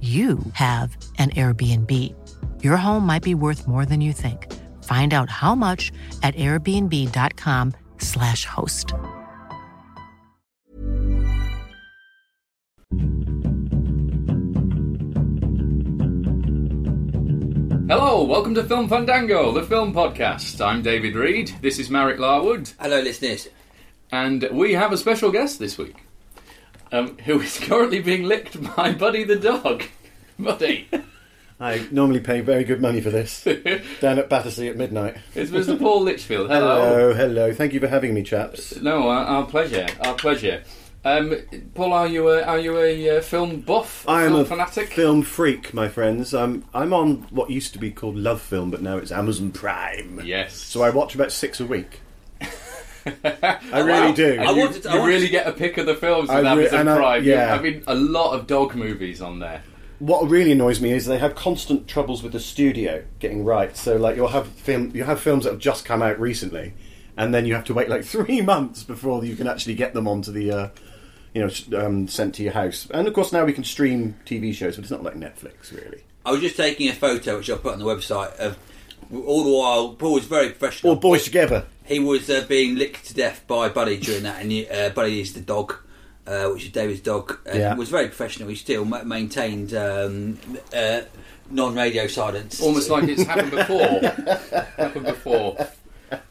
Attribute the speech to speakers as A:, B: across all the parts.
A: you have an Airbnb. Your home might be worth more than you think. Find out how much at airbnb.com/slash host.
B: Hello, welcome to Film Fandango, the film podcast. I'm David Reed, this is Marek Larwood,
C: Hello, listeners.
B: and we have a special guest this week um, who is currently being licked by Buddy the dog. Buddy,
D: I normally pay very good money for this. Down at Battersea at midnight.
B: it's Mr. Paul Litchfield. Hello.
D: Hello, hello. Thank you for having me, chaps.
B: No, our, our pleasure, our pleasure. Um, Paul, are you a, are you a uh, film buff?
D: I am
B: film
D: a
B: fanatic?
D: film freak, my friends. I'm I'm on what used to be called Love Film, but now it's Amazon Prime.
B: Yes.
D: So I watch about six a week. I really do.
B: And
C: Oh, I
B: you,
C: wanted to- I
B: you
C: wanted
B: really
C: to-
B: get a pick of the films
D: I
B: with
D: re-
B: Amazon
D: and I-
B: Prime.
D: yeah.
B: You're having a lot of dog movies on there.
D: What really annoys me is they have constant troubles with the studio getting right. So like you'll have film you have films that have just come out recently, and then you have to wait like three months before you can actually get them onto the. Uh, you know, s- um, sent to your house, and of course now we can stream TV shows, but it's not like Netflix, really.
C: I was just taking a photo, which I'll put on the website, of all the while Paul was very professional.
D: Or boys together.
C: He was uh, being licked to death by Buddy during that, and uh, Buddy is the dog, uh, which is David's dog. And
D: Yeah.
C: He was very professional. He still ma- maintained um, uh, non-radio silence.
B: Almost like it's happened before. happened before.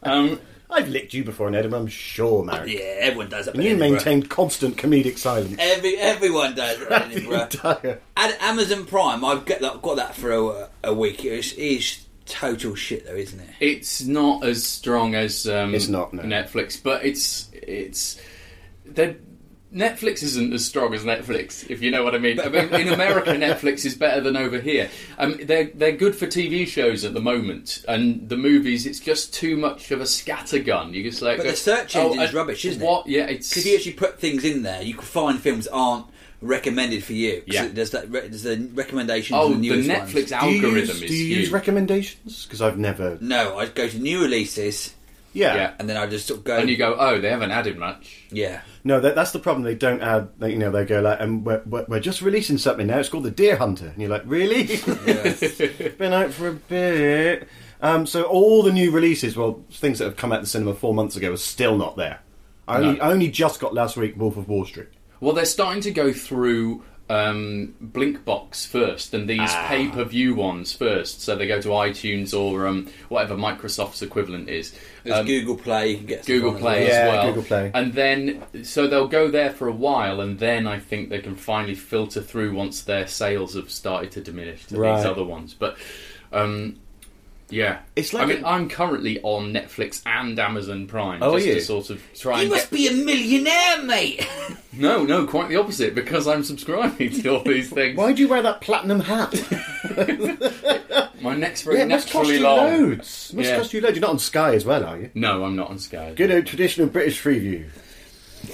B: Um,
D: I've licked you before in Edinburgh, I'm sure, Mary.
C: yeah, everyone does that.
D: And
C: in
D: you
C: Edinburgh.
D: maintained constant comedic silence.
C: Every everyone does that in Edinburgh.
D: Entire-
C: And Amazon Prime, I've get that, got that for a, a week. It is total shit, though, isn't it?
B: it's not as strong as um,
D: It's not, no.
B: Netflix, but it's it's they're- Netflix isn't as strong as Netflix, if you know what I mean. I mean, in America, Netflix is better than over here. Um, they're they're good for TV shows at the moment, and the movies. It's just too much of a scattergun. You just like,
C: But the
B: go,
C: search
B: "Oh,
C: engine's
B: uh,
C: rubbish, isn't
B: what?
C: it?
B: Yeah, it's
C: because you actually put things in there. You can find films that aren't recommended for you. 'Cause
B: Yeah.
C: there's that. Re- there's the recommendations.
B: oh
C: and
B: the
C: the, newest
B: Netflix
C: Ones.
D: Do you
B: algorithm
D: use,
B: is
D: do you
B: huge.
D: use recommendations? Because I've never.
C: No, I'd go to new releases,
D: Yeah.
B: Yeah.
C: and then I just sort of go.
B: and you go, oh, they haven't added much.
C: yeah.
D: No, that, that's the problem. They don't add. They, you know, they go like, and we're, we're, we're just releasing something now. It's called the Deer Hunter, and you're like, really? Been out for a bit. Um, so all the new releases, well, things that have come out the cinema four months ago, are still not there. I only, I only just got last week Wolf of Wall Street.
B: Well, they're starting to go through um, Blinkbox first and these
C: Ah.
B: pay per view ones first. So they go to iTunes or um, whatever Microsoft's equivalent is.
C: There's
B: Um,
C: Google Play. You can get stuff
B: Google
C: on as
B: Play
C: well.
B: as
D: Yeah,
B: well.
D: Google Play.
B: And then, so they'll go there for a while, and then I think they can finally filter through once their sales have started to diminish to these
D: Right.
B: other ones. But, um, yeah.
D: It's like
B: I mean,
D: a-
B: i I'm currently on Netflix and Amazon Prime
D: Oh,
B: just
D: are
B: to
D: you?
B: sort of try
C: You
B: and
C: must
B: get...
C: be a millionaire, mate.
B: No, no, quite the opposite, because I'm subscribing to all these things.
D: Why do you wear that platinum hat?
B: My neck's very
D: Yeah, it must cost
B: naturally
D: you
B: long.
D: loads. Must
B: Yeah.
D: cost you loads. You're not on Sky as well, are you?
B: No, I'm not on Sky.
D: Good uh, old traditional British Freeview.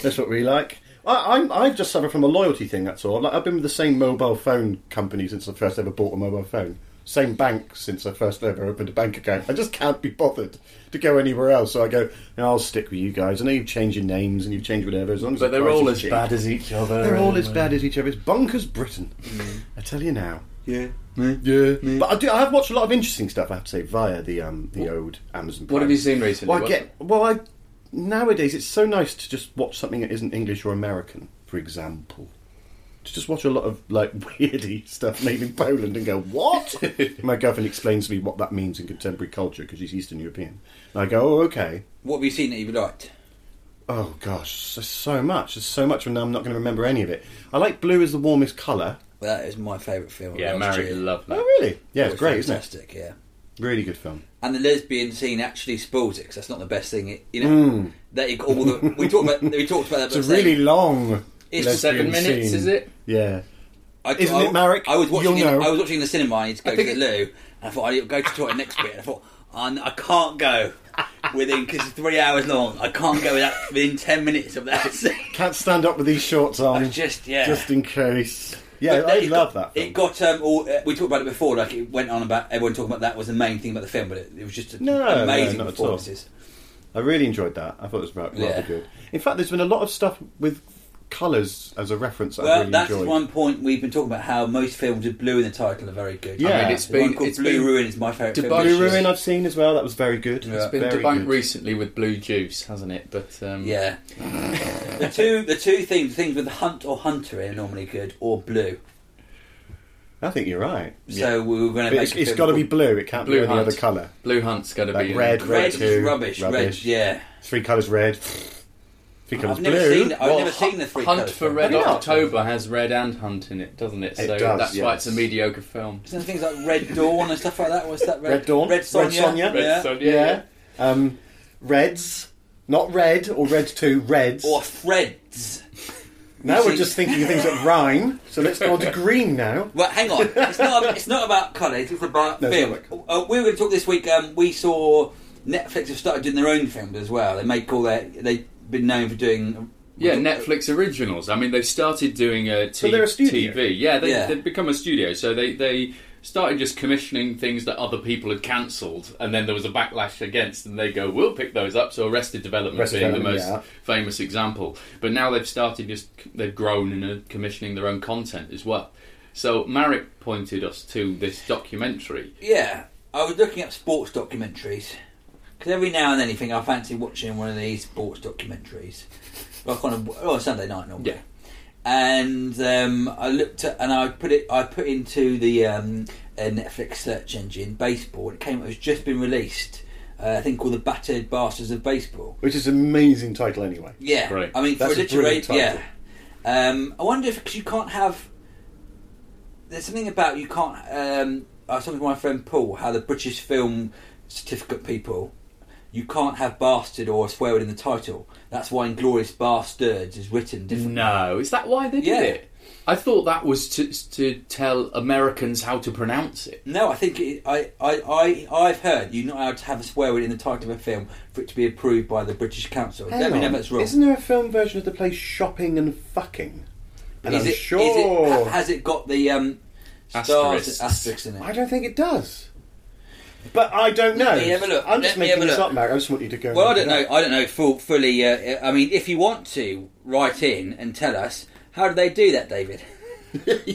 D: That's what we like. I, I'm, I've just suffered from a loyalty thing. That's all. Like, I've been with the same mobile phone company since I first ever bought a mobile phone. Same bank since I first ever opened a bank account. I just can't be bothered to go anywhere else. So I go, "No, I'll stick with you guys. I know you've changed your names and you've changed whatever. As long as
B: But
D: the
B: they're
D: price
B: all
D: is
B: as
D: cheap."
B: bad as each other.
D: They're all as bad as each other. It's bonkers Britain.
B: Mm.
D: I tell you now.
C: yeah.
D: Yeah, but I do. I have watched a lot of interesting stuff. I have to say via the um the old Amazon. Prime.
B: have you seen recently?
D: Well, I
B: What-
D: get. Well, I nowadays it's so nice to just watch something that isn't English or American. For example, to just watch a lot of like weirdy stuff made in Poland and go, what? My girlfriend explains to me what that means in contemporary culture because she's Eastern European. And I go, oh, okay.
C: What have you seen that you've liked?
D: Oh gosh, there's so much. There's so much, and I'm not going to remember any of it. I like blue as the warmest colour.
C: Well, that is my favourite film. of
B: Yeah,
C: last
B: Mary
C: year.
B: loved
D: Oh
B: that.
D: really? Yeah, it's
C: was
D: great, isn't it?
C: fantastic, Yeah.
D: Really good film.
C: And the lesbian scene actually spoils it 'cause that's not the best thing. It, you know that you got all the we talked about we talked about that.
D: Hmm. It's
C: but
D: a
C: saying-
D: really long.
C: It's
D: lesbian
B: seven minutes,
D: scene.
B: is it?
D: Yeah.
C: I,
D: Isn't
C: I-
D: it, Marek?
C: I was watching.
D: You'll
C: it-
D: know.
C: I was watching the cinema. I need to go to the loo, and I thought I need to go to the toilet next bit. And I thought and I can't go within because it's three hours long. I can't go without, within ten minutes of that scene.
D: Can't stand up with these shorts on.
C: I just- yeah.
D: Just in case. Yeah,
C: But
D: I
C: it got-
D: love that. Film.
C: It got um, all. Uh, we talked about it before. Like it went on about everyone talking about that was the main thing about the film, but it, it was just a,
D: No, no,
C: amazing
D: not at all.
C: performances.
D: I really enjoyed that. I thought it was ra- rather
C: Yeah.
D: good. In fact, there's been a lot of stuff with colours as a reference. that I
C: Well,
D: really
C: that's
D: enjoyed.
C: one point we've been talking about how most films with blue in the title are very good.
D: Yeah. I mean,
B: it's
C: The one
B: been-
C: called
B: it's
C: Blue
B: been
C: Ruin is my favourite film.
B: debunked.
C: this
D: Blue
C: year.
D: Ruin I've seen as well. That was very good.
C: Yeah.
B: It's been
D: very
B: debunked
D: good.
B: recently with Blue Juice, hasn't it? But um,
C: Yeah. the two the two themes things with hunt or hunter are normally good or blue.
D: I think you're right.
C: So we were going to
D: But
C: make
D: it's,
C: a
D: it's
C: film
D: got to be
C: called
D: blue. It can't
B: Blue
D: be any
B: Hunt.
D: other colour.
B: Blue Hunt's going to
D: Like
B: be
D: red,
B: in-
D: blue
C: Red
D: too.
C: is rubbish. Red,
D: Rubbish.
C: yeah.
D: Three colours red. Three colours
C: I've never
D: blue.
C: seen it. I've
B: Well,
C: never
B: Hu-
C: seen the three
B: Hunt
C: colours
B: for
C: film.
B: Red
D: Have you not?
B: October has Red and Hunt in it, doesn't it? So
D: It does,
B: that's why it's a
D: yes.
B: mediocre film.
C: Isn't there things like Red Dawn and stuff like that? What's that? Red,
D: Red Dawn?
C: Red
D: Red
C: Sonja.
D: Sonja?
B: Red
C: yeah.
B: Sonja,
D: Yeah. Um, reds. Not red or red two. Reds.
C: Or Freds.
D: now we're
C: see-
D: just thinking of things that rhyme. So let's go on to green now.
C: Well, hang on. It's not. It's not about colours. It's about
D: No, it's
C: film.
D: not about
C: uh, we were going to talk this week. Um, we saw Netflix have started doing their own films as well. They make all their. They've been known for doing.
B: Yeah, Netflix originals. I mean, they've started doing a t-
D: uh, they're a studio.
B: TV. Yeah, they,
C: Yeah.
B: they've become a studio. So they, they started just commissioning things that other people had cancelled, and then there was a backlash against, and they go, we'll pick those up. So Arrested Development
D: Arrested
B: being
D: Development,
B: the most
D: yeah.
B: famous example. But now they've started just, they've grown and are commissioning their own content as well. So Marek pointed us to this documentary.
C: Yeah, I was looking up sports documentaries because every now and then you think I fancy watching one of these sports documentaries, like on a, oh, a Sunday night normally.
B: Yeah.
C: And um, I looked at and I put it. I put into the um, uh, Netflix search engine baseball. It came. It was just been released. Uh, I think called the Battered Bastards of Baseball.
D: Which is an amazing title anyway.
C: Yeah,
B: Great.
C: I mean,
D: That's
C: for
D: a
C: literary,
D: brilliant
C: yeah.
D: title.
C: Um, I wonder if because you can't have. There's something about you can't. Um, I was talking to my friend Paul how the British film certificate people, you can't have bastard or a swear word in the title. That's why Inglorious Bastards is written differently.
B: No, is that why they did
C: Yeah.
B: it? I thought that was to, to tell Americans how to pronounce it.
C: No, I think it, I, I, I, I've heard you're not allowed to have a swear word in the title of a film for it to be approved by the British Council.
D: Hang
C: Let me know
D: on.
C: if that's wrong.
D: Isn't there a film version of the play Shopping and Fucking? And
C: Is
D: I'm
C: it- is it-
D: sure.
C: ha- has it got the um, stars
B: Asterisks.
C: and asterisks in it?
D: I don't think it does. But I don't know.
C: me have a look.
D: I'm just
C: Let me have
D: making
C: a
D: this
C: look.
D: up, Mark. I just want you to go.
C: Well, I
D: and
C: don't
D: look
C: know.
D: it up.
C: I don't know full, fully. Uh, I mean, if you want to write in and tell us, how do they do that, David?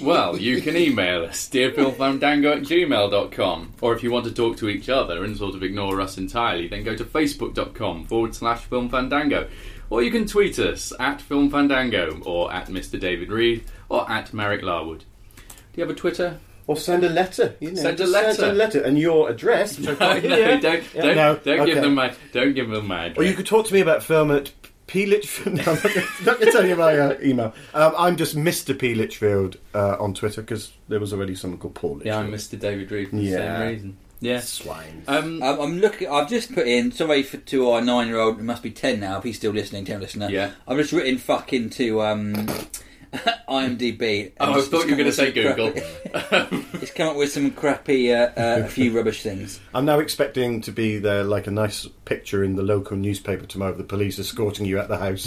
B: Well, you can email us, dearpillfandango at gmail.com. Or if you want to talk to each other and sort of ignore us entirely, then go to facebook.com forward slash filmfandango. Or you can tweet us at filmfandango or at Mr. David Reed or at Merrick Larwood. Do you have a Twitter?
D: Or send a letter. You know,
B: Send a
D: just
B: letter.
D: Send a letter and your address. Which I've got here.
B: don't don't,
D: Yeah, no,
B: don't give
D: okay.
B: them my don't give them my address.
D: Or you could talk to me about film at P. Litchfield. No, I'm not gonna- not going to tell you my uh, email. Um, I'm just Mr. P. Litchfield uh, on Twitter because there was already someone called Paul
B: yeah,
D: Litchfield.
B: I'm Mr. David Reed for the
D: Yeah.
B: same reason. Yeah.
D: Swine.
B: Um,
C: Um, I'm looking. I've just put in. Sorry for to our nine-year-old. It must be ten now. If he's still listening, tell listener.
B: Yeah.
C: I've just written "fuck" into um, IMDb. and
B: oh, I
C: it's-
B: thought you were going to
C: it's
B: say
C: come up
B: Google.
C: with some crappy- it's come up with some crappy, uh, uh, a few rubbish things.
D: I'm now expecting to be there like a nice picture in the local newspaper tomorrow of the police escorting you at the house,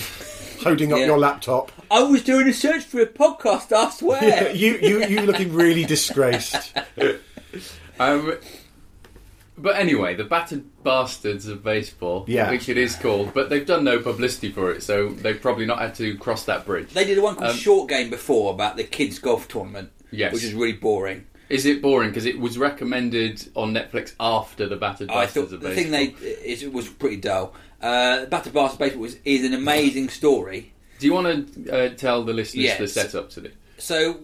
D: holding up
C: Yeah.
D: your laptop.
C: I was doing a search for a podcast. I swear.
D: you, you, you looking really disgraced.
B: Um, but anyway, the battered bastards of baseball,
D: Yeah.
B: which it is called, but they've done no publicity for it, so they've probably not had to cross that bridge.
C: They did one called Short Game before about the kids' golf tournament,
B: Um, Yes.
C: which is really boring.
B: Is it boring? Because it was recommended on Netflix after the battered
C: I
B: bastards
C: thought
B: of
C: the
B: baseball.
C: thing they is, it was pretty dull. Uh, Battle Bastard Baseball is, is an amazing story.
B: Do you want to uh, tell the listeners
C: Yes.
B: the setup to this?
C: so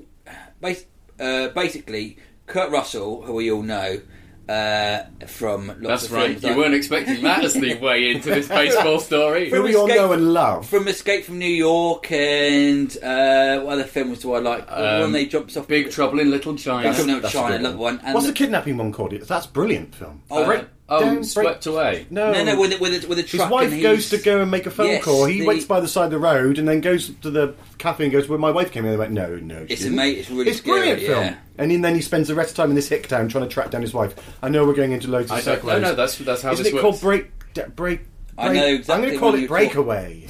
C: bas- uh, basically, Kurt Russell, who we all know uh, from lots
B: That's
C: of
B: right.
C: films
B: You
C: like-
B: weren't expecting that as the way into this baseball story.
D: Who we all
C: Escape-
D: know and love.
C: from Escape from New York and uh, what other films do I like? The one
B: Um,
C: they jumps off
B: Big Trouble in Little China.
C: Big Trouble in
D: That's a
C: China,
D: good
C: love one. And
D: What's the kidnapping one called? That's a brilliant film.
C: Oh,
B: Uh,
C: right.
D: Don't
B: oh,
D: break-
B: swept away.
D: No,
C: No, no, with a, with a, with a truck.
D: His wife
C: and
D: goes to
C: he's-
D: go and make a phone
C: Yes,
D: call. He
C: the-
D: waits by the side of the road and then goes to the cafe and goes, "Where my wife came in." They went, "No, no." she
C: It's
D: didn't."
C: ama- it's really
D: It's brilliant
C: scary,
D: film.
C: yeah.
D: And then- then he spends the rest of the time in this hick town trying to track down his wife. I know we're going into loads of
B: I don't-
D: segues.
B: no, no, that's- that's how
D: Isn't
B: this
D: it called
B: works.
D: Break De- Break?
C: I know
D: Break- I'm
C: exactly
D: going to call
C: what
D: it
C: you're
D: Breakaway,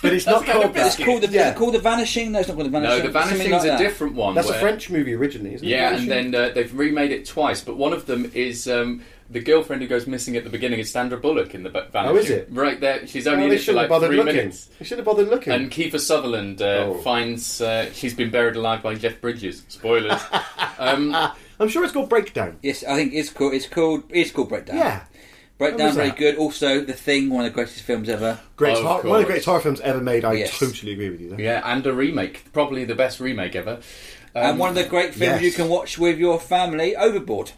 D: but it's not
B: kind of
C: It's
D: called that.
B: biscuit.
C: called the is
D: Yeah.
C: it called the Vanishing. No, it's not called the Vanishing.
B: No, the
C: Something
B: Vanishing's
C: like
B: a
C: that.
B: different one.
D: That's a
B: where-
D: French movie originally, isn't it?
B: Yeah, and then uh, they've remade it twice, but one of them is um, the girlfriend who goes missing at the beginning is Sandra Bullock in the ba- Vanishing.
D: Oh, is it?
B: Right there, she's
D: Oh,
B: only in
D: they
B: it for
D: shouldn't
B: like
D: have bothered
B: three
D: looking.
B: minutes.
D: They should have bothered looking.
B: And Kiefer Sutherland uh,
D: Oh.
B: finds uh, she's been buried alive by Jeff Bridges. Spoilers. um,
D: I'm sure it's called Breakdown.
C: Yes, I think it's called. It's called. It's called Breakdown.
D: Yeah.
C: Breakdown,
D: was
C: very
D: that?
C: good. Also, The Thing, one of the greatest films ever.
D: Great
B: Of
D: horror, one of the
B: course.
D: greatest horror films ever made. I
C: Yes.
D: totally agree with you. There.
B: yeah, and a remake, probably the best remake ever. Uh,
C: and one of the great films
D: um, yes.
C: you can watch with your family, Overboard.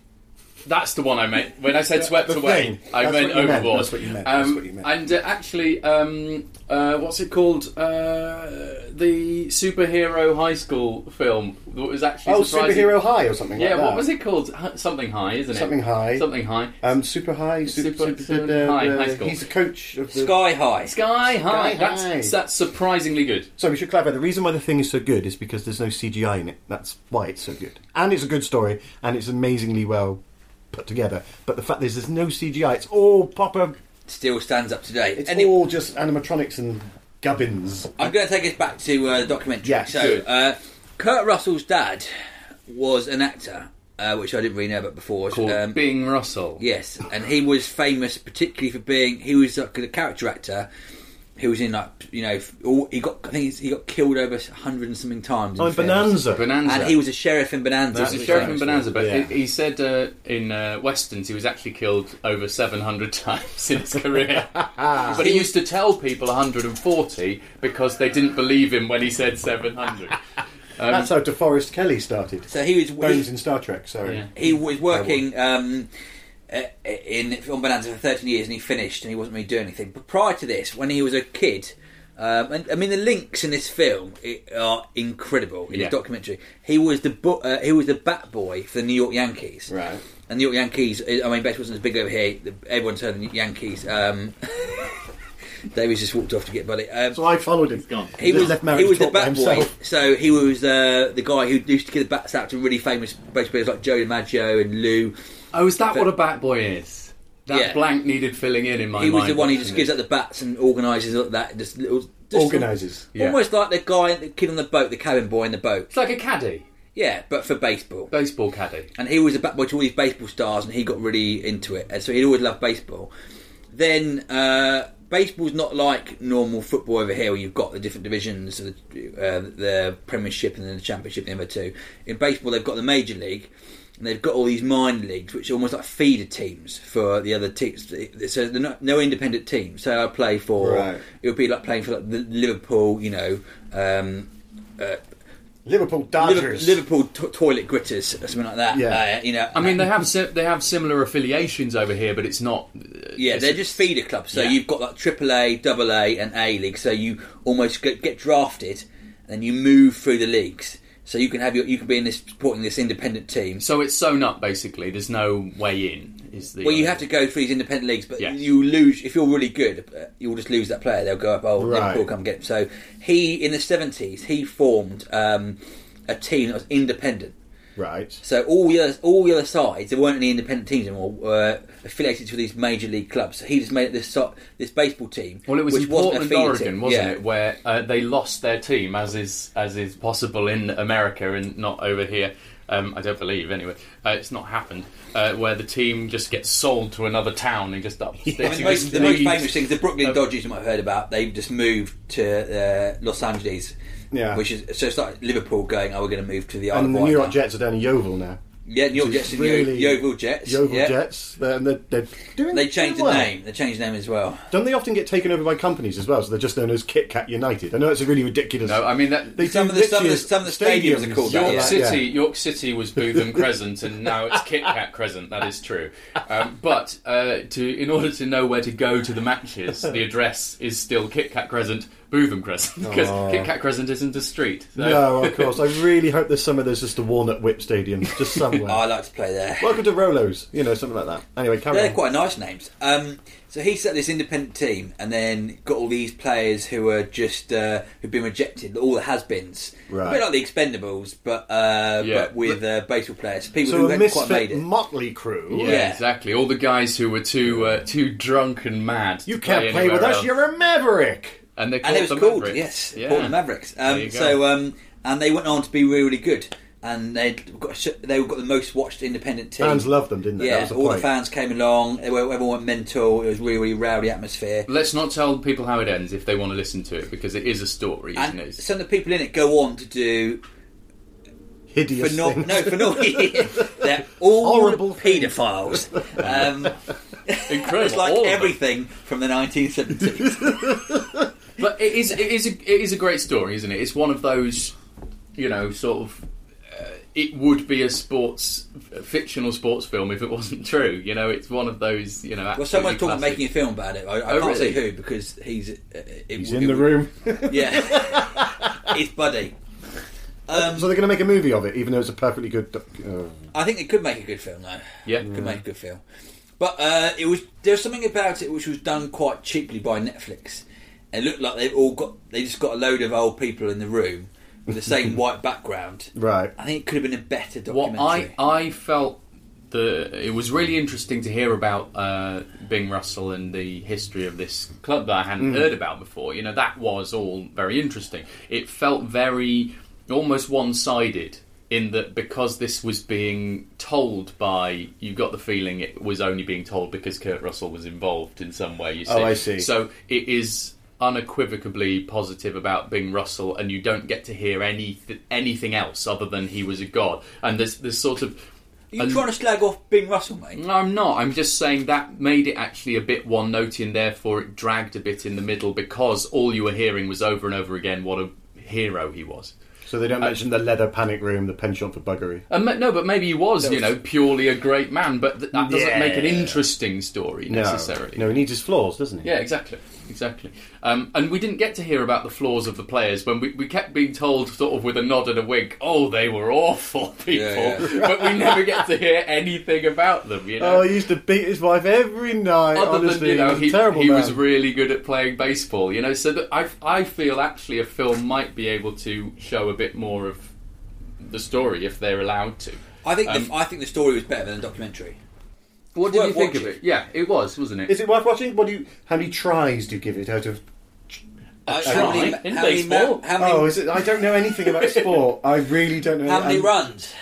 B: That's the one I meant. When I said swept
D: The
B: away,
D: Thing.
B: I
D: That's
B: meant
D: what you meant.
B: overboard.
D: That's what you meant.
B: Um,
D: That's what you meant.
B: And uh, actually, um, uh, what's it called? Uh, the superhero high school film that was actually
D: Oh,
B: surprising-
D: Superhero High or something
B: Yeah,
D: like that.
B: what was it called? Hi- Something high, isn't it?
D: Something High.
B: Something high.
D: Um, super high,
B: Super-
D: super, super,
B: super
D: uh,
B: high,
D: uh,
B: high school.
D: He's the coach of the.
C: Sky High.
B: Sky high.
D: Sky High.
B: That's that's surprisingly good.
C: Um,
D: So we should clarify the reason why the thing is so good is because there's no CGI in it. That's why it's so good, and it's a good story, and it's amazingly well put together. But the fact is, there's no CGI. It's all proper.
C: Still stands up today.
D: It's
C: Any-
D: all just animatronics and gubbins.
C: I'm going to take us back to uh, the documentary.
D: Yeah,
C: so
D: good.
C: uh, Kurt Russell's dad was an actor, uh, which I didn't really know about before.
B: Called
C: Um,
B: Bing Russell.
C: yes, and he was famous particularly for being he was like a character actor. He was in like you know all, he got I think he's- he got killed over a hundred and something times. in
D: Oh, and
C: films.
D: Bonanza.
B: Bonanza.
C: and he was a sheriff in Bonanza.
B: He was
C: which
B: a
C: is
B: sheriff in
C: famous.
B: Bonanza, but
D: Yeah.
B: he, he said uh, in uh, westerns he was actually killed over 700 times in his career. but he used to tell people 140 because they didn't believe him when he said 700.
D: That's how DeForest Kelly started.
C: So he was
D: Bones
C: he,
D: in Star Trek. Sorry.
B: Yeah.
C: he was working um, uh, in on Bonanza for 13 years, and he finished, and he wasn't really doing anything. But prior to this, when he was a kid, um, and I mean the links in this film i- are incredible in
B: Yeah.
C: the documentary. He was the bo- uh, he was the bat boy for the New York Yankees,
D: Right.
C: And the New York Yankees, I I mean, baseball wasn't as big over here. The- Everyone's heard of the Yankees. Um, Davies just walked off to get buddy. Um,
D: So I followed him.
C: he was,
D: left Mary
C: he was
D: to
C: the
D: talk by
C: bat boy.
D: himself.
C: So he was uh, the guy who used to give the bats out to really famous baseball players like Joe DiMaggio and Lou.
B: Oh, is that what a bat boy is? That
C: Yeah.
B: blank needed filling in in my
C: He was
B: mind
C: the one who just
B: watching
C: gives
B: this.
C: out the bats and organises all that. Just, little- just
D: Organises.
B: Yeah.
C: Almost like the guy, the kid on the boat, the cabin boy in the boat.
B: It's like a caddy,
C: Yeah, but for baseball.
B: baseball caddy.
C: and he was a bat boy to all these baseball stars, and he got really into it, and so he always loved baseball. Then uh, baseball's not like normal football over here, where you've got the different divisions, the, uh, the Premiership and then the Championship, and the other two. In baseball, they've got the Major League, and they've got all these minor leagues, which are almost like feeder teams for the other teams. So they're not, no independent teams. So I play for
D: Right.
C: it would be like playing for like, the Liverpool, you know. Um,
D: Liverpool
C: Liverpool,
D: Dodgers.
C: Liverpool to- toilet gritters or something like that.
D: Yeah.
C: Uh, you know.
B: I mean, they have si- they have similar affiliations over here, but it's not. uh,
C: Yeah,
B: it's
C: they're
B: a-
C: just feeder clubs. So
B: Yeah.
C: you've got like triple A, double A, and A league. So you almost get, get drafted, and then you move through the leagues. So you can have your you can be in this supporting this independent team.
B: So it's sewn up basically. There's no way in. Is the
C: Well, you have to go through these independent leagues, but
B: Yes.
C: you lose if you're really good. uh, You'll just lose that player. They'll go up. Oh,
D: Right.
C: Liverpool come get him. So he in the seventies he formed um, a team that was independent.
D: Right.
C: So all the other, all the other sides, there weren't any independent teams anymore, were affiliated to these major league clubs. So he just made this so- this baseball team.
B: Well, it was
C: which
B: in Portland,
C: wasn't a feeder
B: Oregon,
C: team.
B: wasn't
C: Yeah.
B: it, where uh, they lost their team, as is as is possible in America and not over here. Um, I don't believe, anyway. Uh, it's not happened. Uh, where the team just gets sold to another town and just up.
C: I mean, the most, the most famous things, the Brooklyn
B: Uh,
C: Dodgers you might have heard about, they've just moved to uh, Los Angeles.
D: Yeah.
C: Which is so it's like Liverpool going, oh, we're going to move to the Isle
D: And
C: of
D: the
C: Wight
D: New York
C: now."
D: Jets are down in Yeovil now.
C: Yeah, New York
D: Which is
C: Jets and Yo- Yeovil Jets.
D: Yeovil
C: yeah.
D: Jets. They're, and they're, they're doing
C: They changed
D: well.
C: the name. They changed the name as well.
D: Don't they often get taken over by companies as well? So they're just known as Kit Kat United. I know it's a really ridiculous.
B: No, I mean that.
D: They
C: Some
D: do
C: of the- some of the-
D: literally
C: some of the stadiums are called that,
B: York
C: Yeah,
B: City,
D: yeah.
B: York City was Bootham Crescent, and now it's Kit Kat Crescent. That is true. Um, but uh, to in order to know where to go to the matches, the address is still Kit Kat Crescent, Bootham Crescent, because Kit Kat Crescent isn't a street. So.
D: No, of course. I really hope there's some of those just the Walnut Whip Stadium, just somewhere.
C: I like to play there.
D: Welcome to Rolos, you know, something like that. Anyway, carry
C: They're
D: on.
C: quite nice names. Um, so he set this independent team, and then got all these players who are just uh, who've been rejected, all the has-beens, a
D: Right.
C: bit like the Expendables, but uh,
B: Yeah.
C: but with uh, baseball players, people
D: so
C: who
D: a
C: haven't quite made
D: misfit
C: it.
D: motley crew.
B: Yeah,
C: Yeah.
B: exactly. All the guys who were too uh, too drunk and mad. to
D: You can't play
B: anywhere
D: with us.
B: else.
D: You're a maverick.
B: and they
C: and
B: called
C: it was
B: the
C: called
B: Mavericks.
C: yes,
B: yeah.
C: Portland Mavericks.
B: There
C: Um,
B: you go.
C: so um, and they went on to be really good, and they got sh- they got the most watched independent team.
D: Fans loved them, didn't they? That
C: Yeah,
D: was the
C: all
D: point.
C: the fans came along. They were, everyone went mental. It was really, really rowdy atmosphere.
B: Let's not tell people how it ends if they want to listen to it because it is a story, isn't
C: And
B: it?
C: some of the people in it go on to do
D: Hideous
C: phenomenal.
D: things.
C: No, phenomenal. they're all horrible
D: Horrible things.
C: paedophiles. Um,
B: Incredible.
C: it's like
B: all of them.
C: everything from the 1970s.
B: But it is it is a, it is a great story, isn't it? It's one of those, you know, sort of. Uh, it would be a sports, a fictional sports film if it wasn't true. You know, it's one of those. You know,
C: well,
B: absolutely
C: someone talked about
B: classic-
C: making a film about it. I, I
B: Oh,
C: can't say
B: really?
C: who because he's uh, it,
D: He's in the room.
C: Yeah, it's buddy.
D: so they're going to make a movie of it, even though it's a perfectly good. doc- Uh,
C: I think it could make a good film though.
B: Yeah.
C: could make a good film. But uh, it was there's something about it which was done quite cheaply by Netflix. It looked like they've all got they just got a load of old people in the room with the same white background.
D: right.
C: I think it could have been a better
B: What
C: documentary.
B: I I felt the it was really interesting to hear about uh, Bing Russell and the history of this club that I
D: Mm.
B: hadn't heard about before. You know, that was all very interesting. It felt very almost one sided in that because this was being told by you got the feeling it was only being told because Kurt Russell was involved in some way. You see,
D: Oh, I see.
B: So it is unequivocally positive about Bing Russell, and you don't get to hear any anything else other than he was a god. And there's there's sort of
C: Are you trying to slag off Bing Russell, mate?
B: no, I'm not. I'm just saying that made it actually a bit one note and therefore it dragged a bit in the middle because all you were hearing was over and over again what a hero he was.
D: So they don't mention the leather panic room, the penchant for buggery.
B: And ma- no, but maybe he was, you know, purely a great man, but th- that doesn't
D: Yeah.
B: make an interesting story necessarily.
D: No, no, he needs his flaws, doesn't he?
B: Yeah, exactly, exactly. Um, and we didn't get to hear about the flaws of the players when we, we kept being told, sort of with a nod and a wink, "Oh, they were awful people,"
C: Yeah,
B: but we never get to hear anything about them. You know,
D: Oh, he used to beat his wife every night.
B: other
D: honestly,
B: than you know,
D: he was a
B: he,
D: terrible
B: he
D: man.
B: was really good at playing baseball. You know, so that I I feel actually a film might be able to show a bit more of the story if they're allowed to.
C: I think
B: Um,
C: the, I think the story was better than the documentary.
B: What did
C: Worth
B: you think of
C: watching.
B: it? Yeah, it was, wasn't it?
D: Is it worth watching? What do you? How many tries do you give it out of?
C: Uh,
B: try in baseball.
C: how many,
D: Oh, is it? I don't know anything about sport. I really don't know.
C: how many
D: and
C: runs?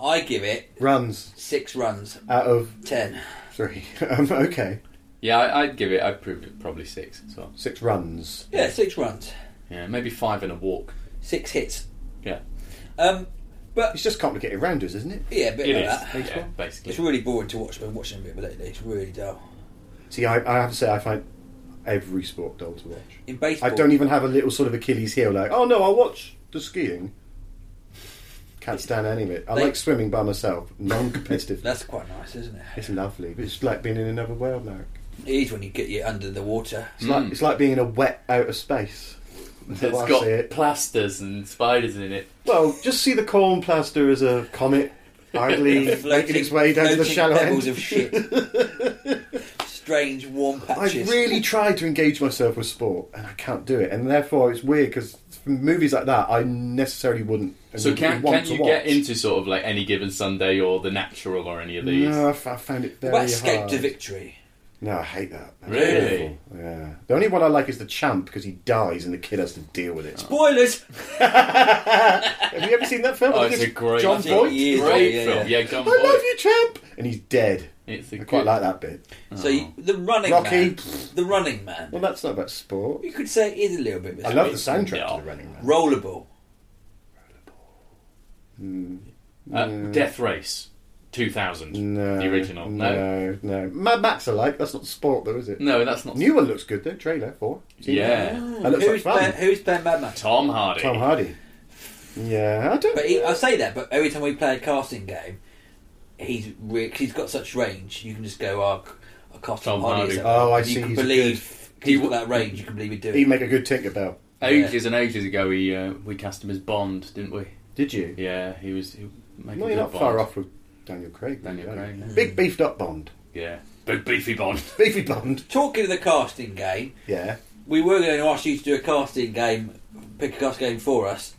C: I give it
D: runs
C: six runs,
D: out of
C: ten.
D: three? Um, okay,
B: yeah, I, I'd give it. I'd prove it probably six as well.
D: six runs.
C: Yeah, six runs,
B: Yeah, maybe five and a walk.
C: six hits.
B: Yeah.
C: Um, but
D: It's just complicated rounders, isn't it?
C: yeah, a bit
B: It
C: like
B: is,
C: that.
B: yeah, basically.
C: It's really boring to watch. I've been watching a bit lately. It's really dull.
D: See, I, I have to say, I find every sport dull to watch.
C: In baseball,
D: I don't even have a little sort of Achilles heel. Like, oh no, I'll watch the skiing. Can't stand any of it. I
C: They-
D: like swimming by myself, non-competitive.
C: That's quite nice, isn't it?
D: it's lovely, but it's like being in another world, Marek.
C: It is when you get you under the water.
D: It's like it's like being in a wet outer space. That's
B: It's
D: how I
B: got
D: see it.
B: plasters and spiders in it.
D: Well, just see the corn plaster as a comet idly making its way down to the
C: floating
D: shallow
C: pebbles
D: end.
C: of shit. Strange warm
D: I
C: patches.
D: really tried to engage myself with sport, and I can't do it. And therefore, it's weird because movies like that, I necessarily wouldn't.
B: So
D: wouldn't
B: can
D: want
B: can
D: to
B: you
D: watch.
B: get into sort of like any given Sunday or The Natural or any of these?
D: No, I f- I found it very
C: What about escape
D: hard.
C: to victory?
D: No, I hate that. That's
B: Really?
D: awful. Yeah. The only one I like is the champ because he dies and the kid has to deal with
B: Oh.
D: it.
C: Boilers.
D: Have you ever seen that film?
B: Oh,
D: I think
B: it's a great,
D: John
C: think
D: Voight.
C: he is.
B: great
C: Yeah, yeah,
B: film.
C: yeah.
B: Yeah, John
D: I love
B: Voight.
D: you, champ. And he's dead.
B: It's a
D: I quite
B: good-
D: like that bit.
C: So you, the running
D: Rocky.
C: man. The running man.
D: Well, that's not about sport.
C: You could say it is a little bit. of a
D: I love the
C: sport.
D: soundtrack
B: Yeah.
D: to the Running Man.
C: Rollerball.
B: Uh, Death Race, 2000,
D: No,
B: the original. No,
D: no, no. Mad Max alike. That's not sport though, is it?
B: no, that's not.
D: New one looks good though. Trailer for.
B: Yeah.
D: That looks
C: who's,
D: like fun.
C: ben, who's Ben Madman?
B: Tom Hardy.
D: Tom Hardy. Yeah, I don't.
C: But
B: uh,
C: he, I say that, but every time we play a casting game, he's re- 'cause he's got such range. You can just go, oh, I cast
B: Tom
C: Tom Hardy.
B: Hardy.
C: so
D: Oh, I
C: you
D: see,
C: Can
D: he's
C: believe he's
B: He
C: got that range. You can believe he'd do
D: He'd
C: it.
D: make a good Tinkerbell.
B: Ages and ages ago, we uh, we cast him as Bond, didn't we?
D: Did you?
B: Yeah, he was. He make
D: Well,
B: a
D: you're
B: good
D: not
B: Bond.
D: far off with Daniel Craig. really,
B: Daniel
D: are you?
B: Craig, yeah.
D: Big beefed up Bond.
B: Yeah, big beefy Bond.
D: Beefy Bond.
C: Talking of the casting game,
D: Yeah.
C: we were going to ask you to do a casting game, pick a casting game for us.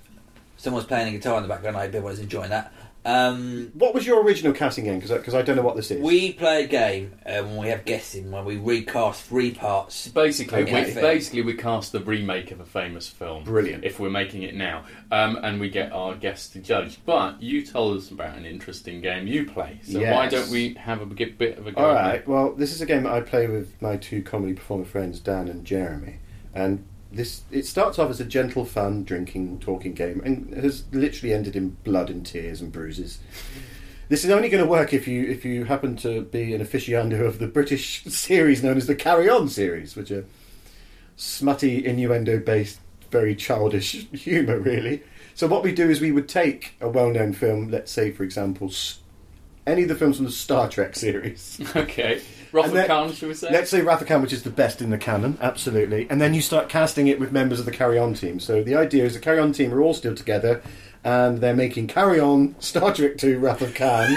C: Someone's playing a guitar in the background. I hope everyone's enjoying that. Um,
D: What was your original casting game? Because I, don't know what this is.
C: we play a game uh, when we have guessing, when we recast three parts.
B: Basically,
C: Okay.
B: we, basically, we cast the remake of a famous film.
D: Brilliant.
B: If we're making it now, um, and we get our guests to judge. But you told us about an interesting game you play, so
D: Yes.
B: why don't we have a bit bit of a go?
D: All
B: at
D: right.
B: it?
D: Well, this is a game that I play with my two comedy performer friends, Dan and Jeremy, and this it starts off as a gentle, fun, drinking, talking game, and has literally ended in blood and tears and bruises. This is only going to work if you if you happen to be an aficionado of the British series known as the Carry On series, which are smutty, innuendo-based, very childish humour, really. So what we do is we would take a well-known film, let's say, for example, S- any of the films from the Star Trek series.
B: Okay.
D: And
B: Robert
D: let-
B: Khan, should we say?
D: Let's say Rafa Khan, which is the best in the canon, absolutely. And then you start casting it with members of the Carry On team. So the idea is the Carry On team are all still together, and they're making Carry On Star Trek Two Rafa Khan.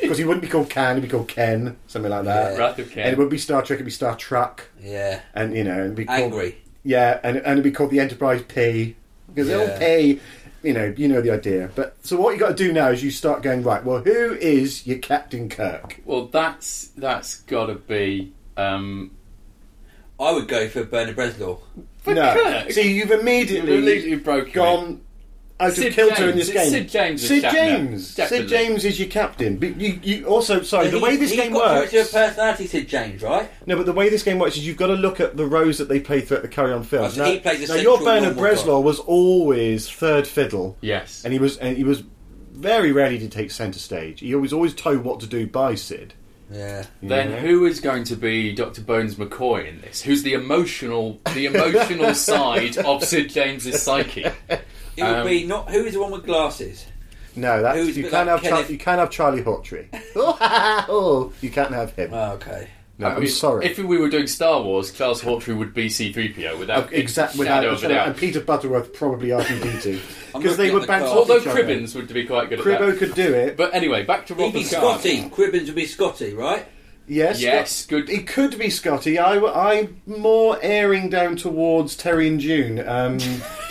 D: Because he wouldn't be called Khan, he'd be called Ken, something like that.
B: Yeah, Wrath of Khan.
D: And it would be Star Trek, it'd be Star Trek,
C: Yeah.
D: and you know, it'd be called,
C: Angry.
D: Yeah, and, and it'd be called the Enterprise P because
C: Yeah.
D: it'll pay. You know, you know the idea. But so what you got to do now is you start going right. Well, who is your Captain Kirk?
B: Well, that's that's got to be. Um,
C: I would go for Bernard Breslau.
D: no.
B: Kirk.
D: See, you've immediately,
B: Immediately broke me.
D: gone out of
B: Sid
D: kilter
B: James.
D: in this
B: It's
D: game.
B: Sid James is
D: Sid
B: Shatner.
D: James. Sid
B: Definitely.
D: James is your captain. But you, you also sorry. the
C: He's-
D: way this
C: he's
D: game
C: got
D: works.
C: character and personality, said James, right?
D: No, but the way this game works is you've got to look at the rows that they play throughout the carry on film.
C: Oh, so
D: now,
C: he plays a
D: now your
C: central
D: Bernard
C: normal
D: Breslau
C: guy.
D: was always third fiddle.
B: Yes.
D: and he was and he was very rarely to take centre stage. He was always told what to do by Sid.
C: Yeah.
B: Then who is going to be Dr. Bones McCoy in this? Who's the emotional, the emotional side of Sid James's psyche?
C: It would
D: Um,
C: be not. Who is the one with glasses?
D: No, that
C: Who's a
D: you
C: bit
D: can't
C: like
D: have Char-
C: Kenneth-
D: you can't have Charlie Hawtrey. oh, you can't have him.
C: Oh, okay.
D: no,
B: I
D: I'm
B: mean,
D: sorry.
B: If we were doing Star Wars, Charles Hawtrey would be C-3PO without
D: Exactly,
B: shadow
D: without,
B: of a doubt.
D: and Peter Butterworth probably RPD2
C: I'm
D: because
C: looking
D: they
C: at
D: would
C: the
D: bounce
C: cast.
D: off
B: Although
D: each other.
B: Cribbins would be quite good at
D: Cribbo
B: that.
D: could do it,
B: But anyway, back to
C: He'd
B: Robert
C: be
B: Khan.
C: Scotty. Cribbins would be Scotty, right?
D: Yes,
B: Yes,
D: Scott-
B: good.
D: He could be Scotty. I, am more airing down towards Terry and June. Um,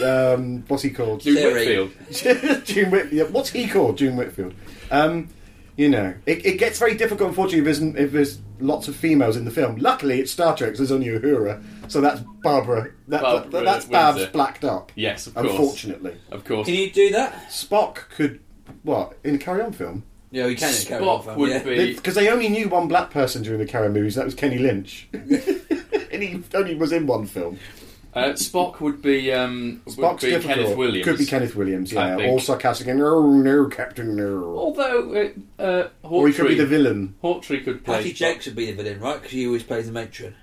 D: um, what's he called?
B: Lou
C: Theory.
B: Whitfield.
D: June Whitfield. Yeah, what's he called? June Whitfield. Um, you know, it, it gets very difficult, unfortunately, if there's, if there's lots of females in the film. Luckily, it's Star Trek, so there's only Uhura, so that's Barbara. That,
B: Barbara
D: that- that's Babs
B: Windsor.
D: blacked up.
B: Yes, of course.
D: unfortunately,
B: Of course.
C: Can you do that?
D: Spock could what in a Carry On film
C: Yeah, we can. carry on
B: Spock
C: from,
B: would
C: yeah.
B: be-
D: because they only knew one black person during the Carry On movies. That was Kenny Lynch, and he only was in one film.
B: Uh, Spock would be, um, would
D: Spock's
B: be
D: difficult.
B: Kenneth Williams.
D: Could be Kenneth Williams.
B: I
D: Yeah,
B: think.
D: all sarcastic and no, no, Captain, no.
B: Although, uh, uh, Hawtrey,
D: or he could be the villain.
B: Hawtrey could play
C: Patty
B: Spock.
C: Jakes would be the villain, right? Because he always plays the matron.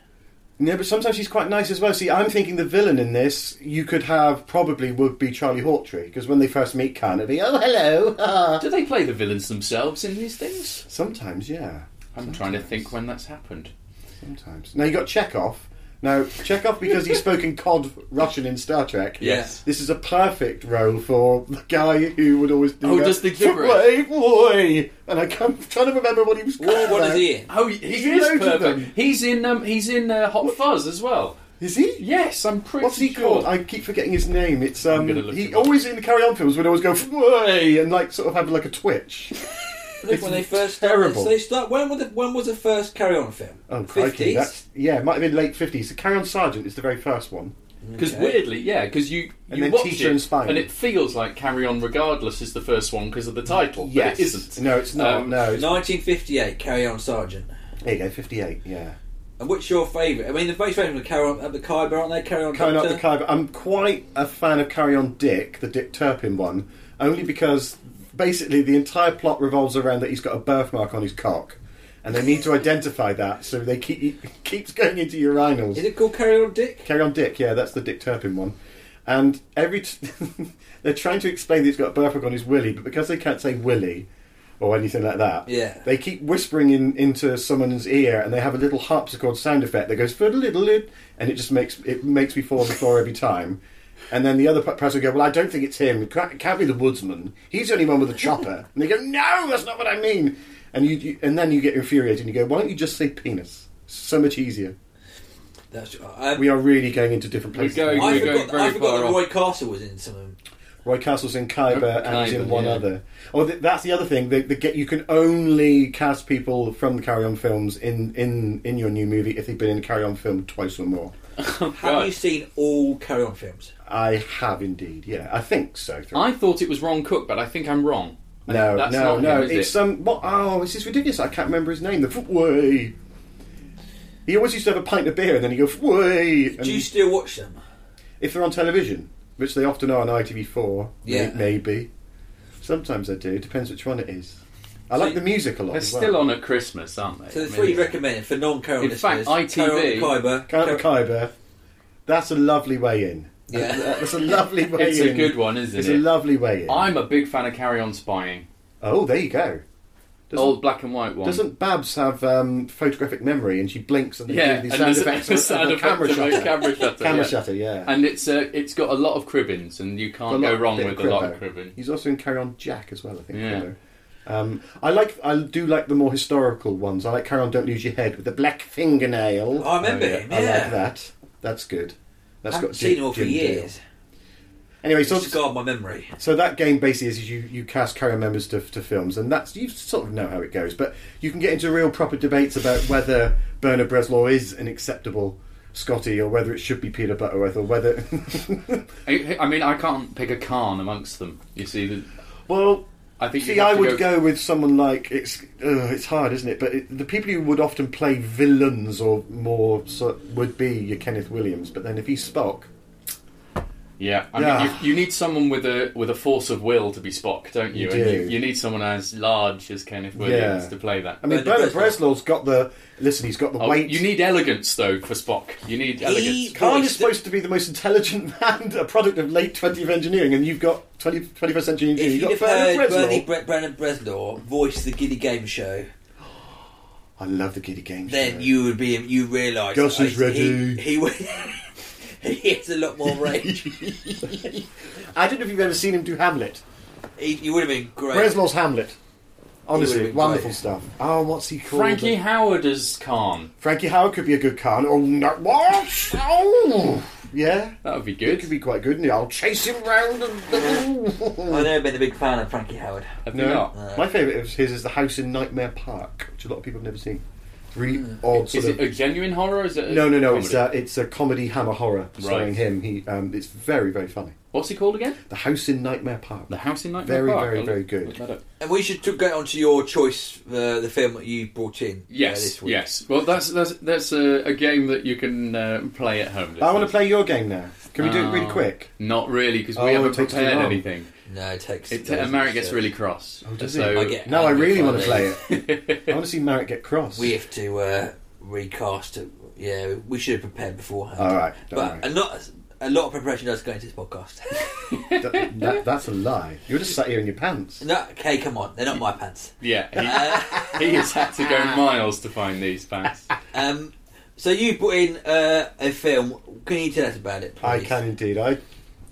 D: No, but sometimes he's quite nice as well. See, I'm thinking the villain in this you could have probably would be Charlie Hawtrey because when they first meet Khan, it'd be oh hello. ah."
B: Do they play the villains themselves in these things?
D: sometimes, yeah,
B: I'm trying to think when that's happened.
D: sometimes. Now you got Chekhov. Now Chekhov because he spoke in cod Russian in Star Trek.
B: Yes.
D: This is a perfect role for the guy who would always do
B: Oh,
D: that,
B: does the gibberish.
D: "Wait, wait," and I can trying to remember what he was called.
C: What is
D: now.
C: he in?
B: Oh, he
D: There's
B: is
D: loads of
B: perfect.
D: them.
B: He's in. Um, he's in uh, Hot Fuzz as well.
D: Is he?
B: Yes, I'm pretty.
D: What's he
B: sure.
D: called? I keep forgetting his name. It's um.
B: gonna look
D: He
B: him up.
D: always in the Carry On films would always go way and like sort of have like a twitch.
C: Look, when they first
D: terrible.
C: started, they start. When was the when was the first Carry On film?
D: Oh crikey!
C: 50s?
D: That's, yeah, it might have been late fifties. The Carry On Sergeant is the very first one.
B: Because weirdly, yeah, because you
D: And
B: you
D: then
B: watch
D: Teacher
B: it
D: and Spine.
B: and it feels like Carry On Regardless is the first one because of the title.
D: Yes,
B: but it isn't.
D: No, it's not.
B: Um,
D: no, it's,
C: 1958, Carry On Sergeant.
D: there you go. Fifty-eight. Yeah.
C: And what's your favourite? I mean, the most favourite are Carry On at the Khyber, aren't they? Carry On
D: Carry On
C: Doctor.
D: the Kyber. I'm quite a fan of Carry On Dick, the Dick Turpin one, only because basically the entire plot revolves around that he's got a birthmark on his cock, and they need to identify that. So they keep it keeps going into urinals.
C: Is it called Carry On Dick?
D: Carry on, Dick. Yeah, that's the Dick Turpin one. And every t- they're trying to explain that he's got a birthmark on his willy, but because they can't say willy or anything like that,
C: Yeah.
D: they keep whispering in into someone's ear, and they have a little harpsichord sound effect that goes fiddle-diddle-did, and it just makes it makes me fall on the floor every time. And then the other p- person will go, well, I don't think it's him. It can't, it can't be the woodsman. He's the only one with a chopper. And they go, no, that's not what I mean. And you, you and then you get infuriated and you go, why don't you just say penis? So much easier.
C: That's, um,
D: We are really going into different
B: We're
D: places.
B: going-
C: I
B: we're
C: forgot,
B: going
C: that-
B: very
C: I forgot
B: far
C: that
B: off.
C: Roy Castle was in some of them.
D: Roy Castle's in Khyber
B: Oh,
D: and he's
B: Khyber,
D: in one
B: yeah.
D: other. Oh, th- that's the other thing. They, they get you can only cast people from the Carry On films in, in, in your new movie if they've been in a Carry On film twice or more.
C: Have you seen all Carry On films?
D: I have indeed. Yeah, I think so.
B: I thought it was Ron Cook, but I think I'm wrong. I
D: no,
B: think that's
D: no,
B: not
D: no.
B: him, is
D: it's
B: it?
D: some. What? Oh, this is ridiculous. I can't remember his name. The footway. He always used to have a pint of beer and then he go footway. And
C: Do you still watch them?
D: if they're on television, which they often are on ITV4, may-
C: Yeah.
D: maybe. Sometimes I do. Depends which one it is. I
C: So
D: like the music a lot.
B: They're
D: as well.
B: still on at Christmas, aren't they?
C: So the
B: I mean,
C: three recommended for non-Carry On
B: In
C: listeners.
B: fact,
C: Carry
B: ITV
C: On Khyber.
D: Count
C: Carry-
D: Kyber. That's a lovely way in.
C: Yeah.
D: that's a lovely way
B: It's
D: in.
B: a good one, isn't
D: It's
B: it?
D: a lovely way in.
B: I'm a big fan of Carry On Spying.
D: Oh, there you go. Doesn't-
B: Old black and white one.
D: Doesn't Babs have um, photographic memory and she blinks and they
B: yeah,
D: do
B: and
D: these sound
B: there's a-
D: effects
B: the
D: of-
B: sound
D: of a
B: effect
D: camera
B: of a
D: shutter?
B: camera shutter.
D: Camera
B: yeah.
D: shutter, yeah.
B: And it's uh, it's got a lot of cribbins, and you
D: A
B: can't
D: lot-
B: go wrong
D: bit
B: with
D: of
B: a lot
D: Cribbo.
B: of cribbin.
D: He's also in Carry On Jack as well, I think.
B: Yeah.
D: Cribbo. Um, I like. I do like the more historical ones. I like Carry On, Don't Lose Your Head with the black fingernail.
C: I remember
B: Oh, yeah.
C: him. Yeah.
D: I like that. That's good. That's
C: I haven't
D: got
C: seen
D: Jim-
C: him all for
D: Jim Dale.
C: years.
D: Anyway,
C: It's
D: so
C: just scarred my memory.
D: So that game basically is you, you cast carrier members to, to films, and that's you sort of know how it goes. But you can get into real proper debates about whether Bernard Breslau is an acceptable Scotty, or whether it should be Peter Butterworth, or whether
B: I, I mean, I can't pick a Khan amongst them. You see, the,
D: well,
B: I think
D: see,
B: you'd have
D: I
B: to
D: would
B: go-
D: go... with someone like it's uh, it's hard, isn't it? But it, the people who would often play villains or more so, would be your Kenneth Williams. But then if he's Spock,
B: yeah. I mean,
D: Yeah.
B: you, you need someone with a with a force of will to be Spock, don't you?
D: You
B: and you,
D: do.
B: you need someone as large as Kenneth Williams
D: Yeah.
B: to play that.
D: I mean,
C: Bernard
D: Bernard
C: Breslau.
D: Breslau's got the listen. He's got the
B: Oh,
D: weight.
B: you need elegance though for Spock. You need elegance.
D: Khan
C: Voice
D: is supposed to be the most intelligent man, a product of late 20th engineering, and you've got 20, 21st century
C: If
D: engineering.
C: you'd
D: You've
C: have
D: got Bernard
C: heard
D: Breslau.
C: Bernie Bre- Brennan Breslau voice the Giddy Game Show,
D: I love the Giddy Game
C: then
D: Show.
C: you would be you realise
D: Gus
C: that
D: is
C: I-
D: ready.
C: He, he would- he has a lot more range.
D: I don't know if you've ever seen him do Hamlet.
C: he, he would have been great.
D: Breslau's Hamlet.
C: He
D: Honestly,
C: would've been
D: wonderful
C: great.
D: stuff. Oh, what's he called?
B: Frankie Howard as Khan.
D: Frankie Howard could be a good Khan. Oh, no. What? Oh! Yeah.
B: That would be
D: He
B: good.
D: could be quite good, and I'll chase him round. And...
C: I've never been a big fan of Frankie Howard.
B: Have you
D: no. Uh,
B: not?
D: My favourite of his is The House in Nightmare Park, which a lot of people have never seen. Really
C: Mm.
D: odd sort
B: Is
D: of...
B: it a genuine horror? or Is it a
D: No, no, no. It's
B: comedy?
D: a, it's a comedy hammer horror starring
B: Right.
D: him. He, um, it's very, very funny.
B: What's he called again?
D: The House in Nightmare Park.
B: The House in Nightmare
D: Very,
B: Park.
D: very,
B: I'll
D: very
B: look
D: good.
B: that up.
C: And we should t- get on to your choice, uh, the film that you brought in. uh,
B: Yes,
C: this week.
B: yes. Well, that's that's that's a, a game that you can uh, play at home.
D: I want to play your game now. Can we do it really
B: Oh.
D: quick?
B: Not really, because
D: Oh,
B: we haven't
D: it takes too
B: prepared
D: long.
B: anything.
C: No, it takes. uh,
B: It,
C: does,
B: and Marek
C: doesn't
B: gets
C: it?
B: really cross.
D: Oh, does he?
B: so,
C: I get-
D: No, I
C: I'm
D: really
C: fine
D: want to
C: with
D: play it. I want to see Marek get cross.
C: We have to uh, recast it. Yeah, we should have prepared beforehand.
D: All right, don't
C: but a
D: worry.
C: lot, a lot of preparation does go into this podcast.
D: That- that- that's a lie. You're just sat here in your pants.
C: no, okay, come on, they're not my pants.
B: yeah, he, he has had to go miles to find these pants.
C: Um, so you put in uh, a film. Can you tell us about it? Please?
D: I can indeed. I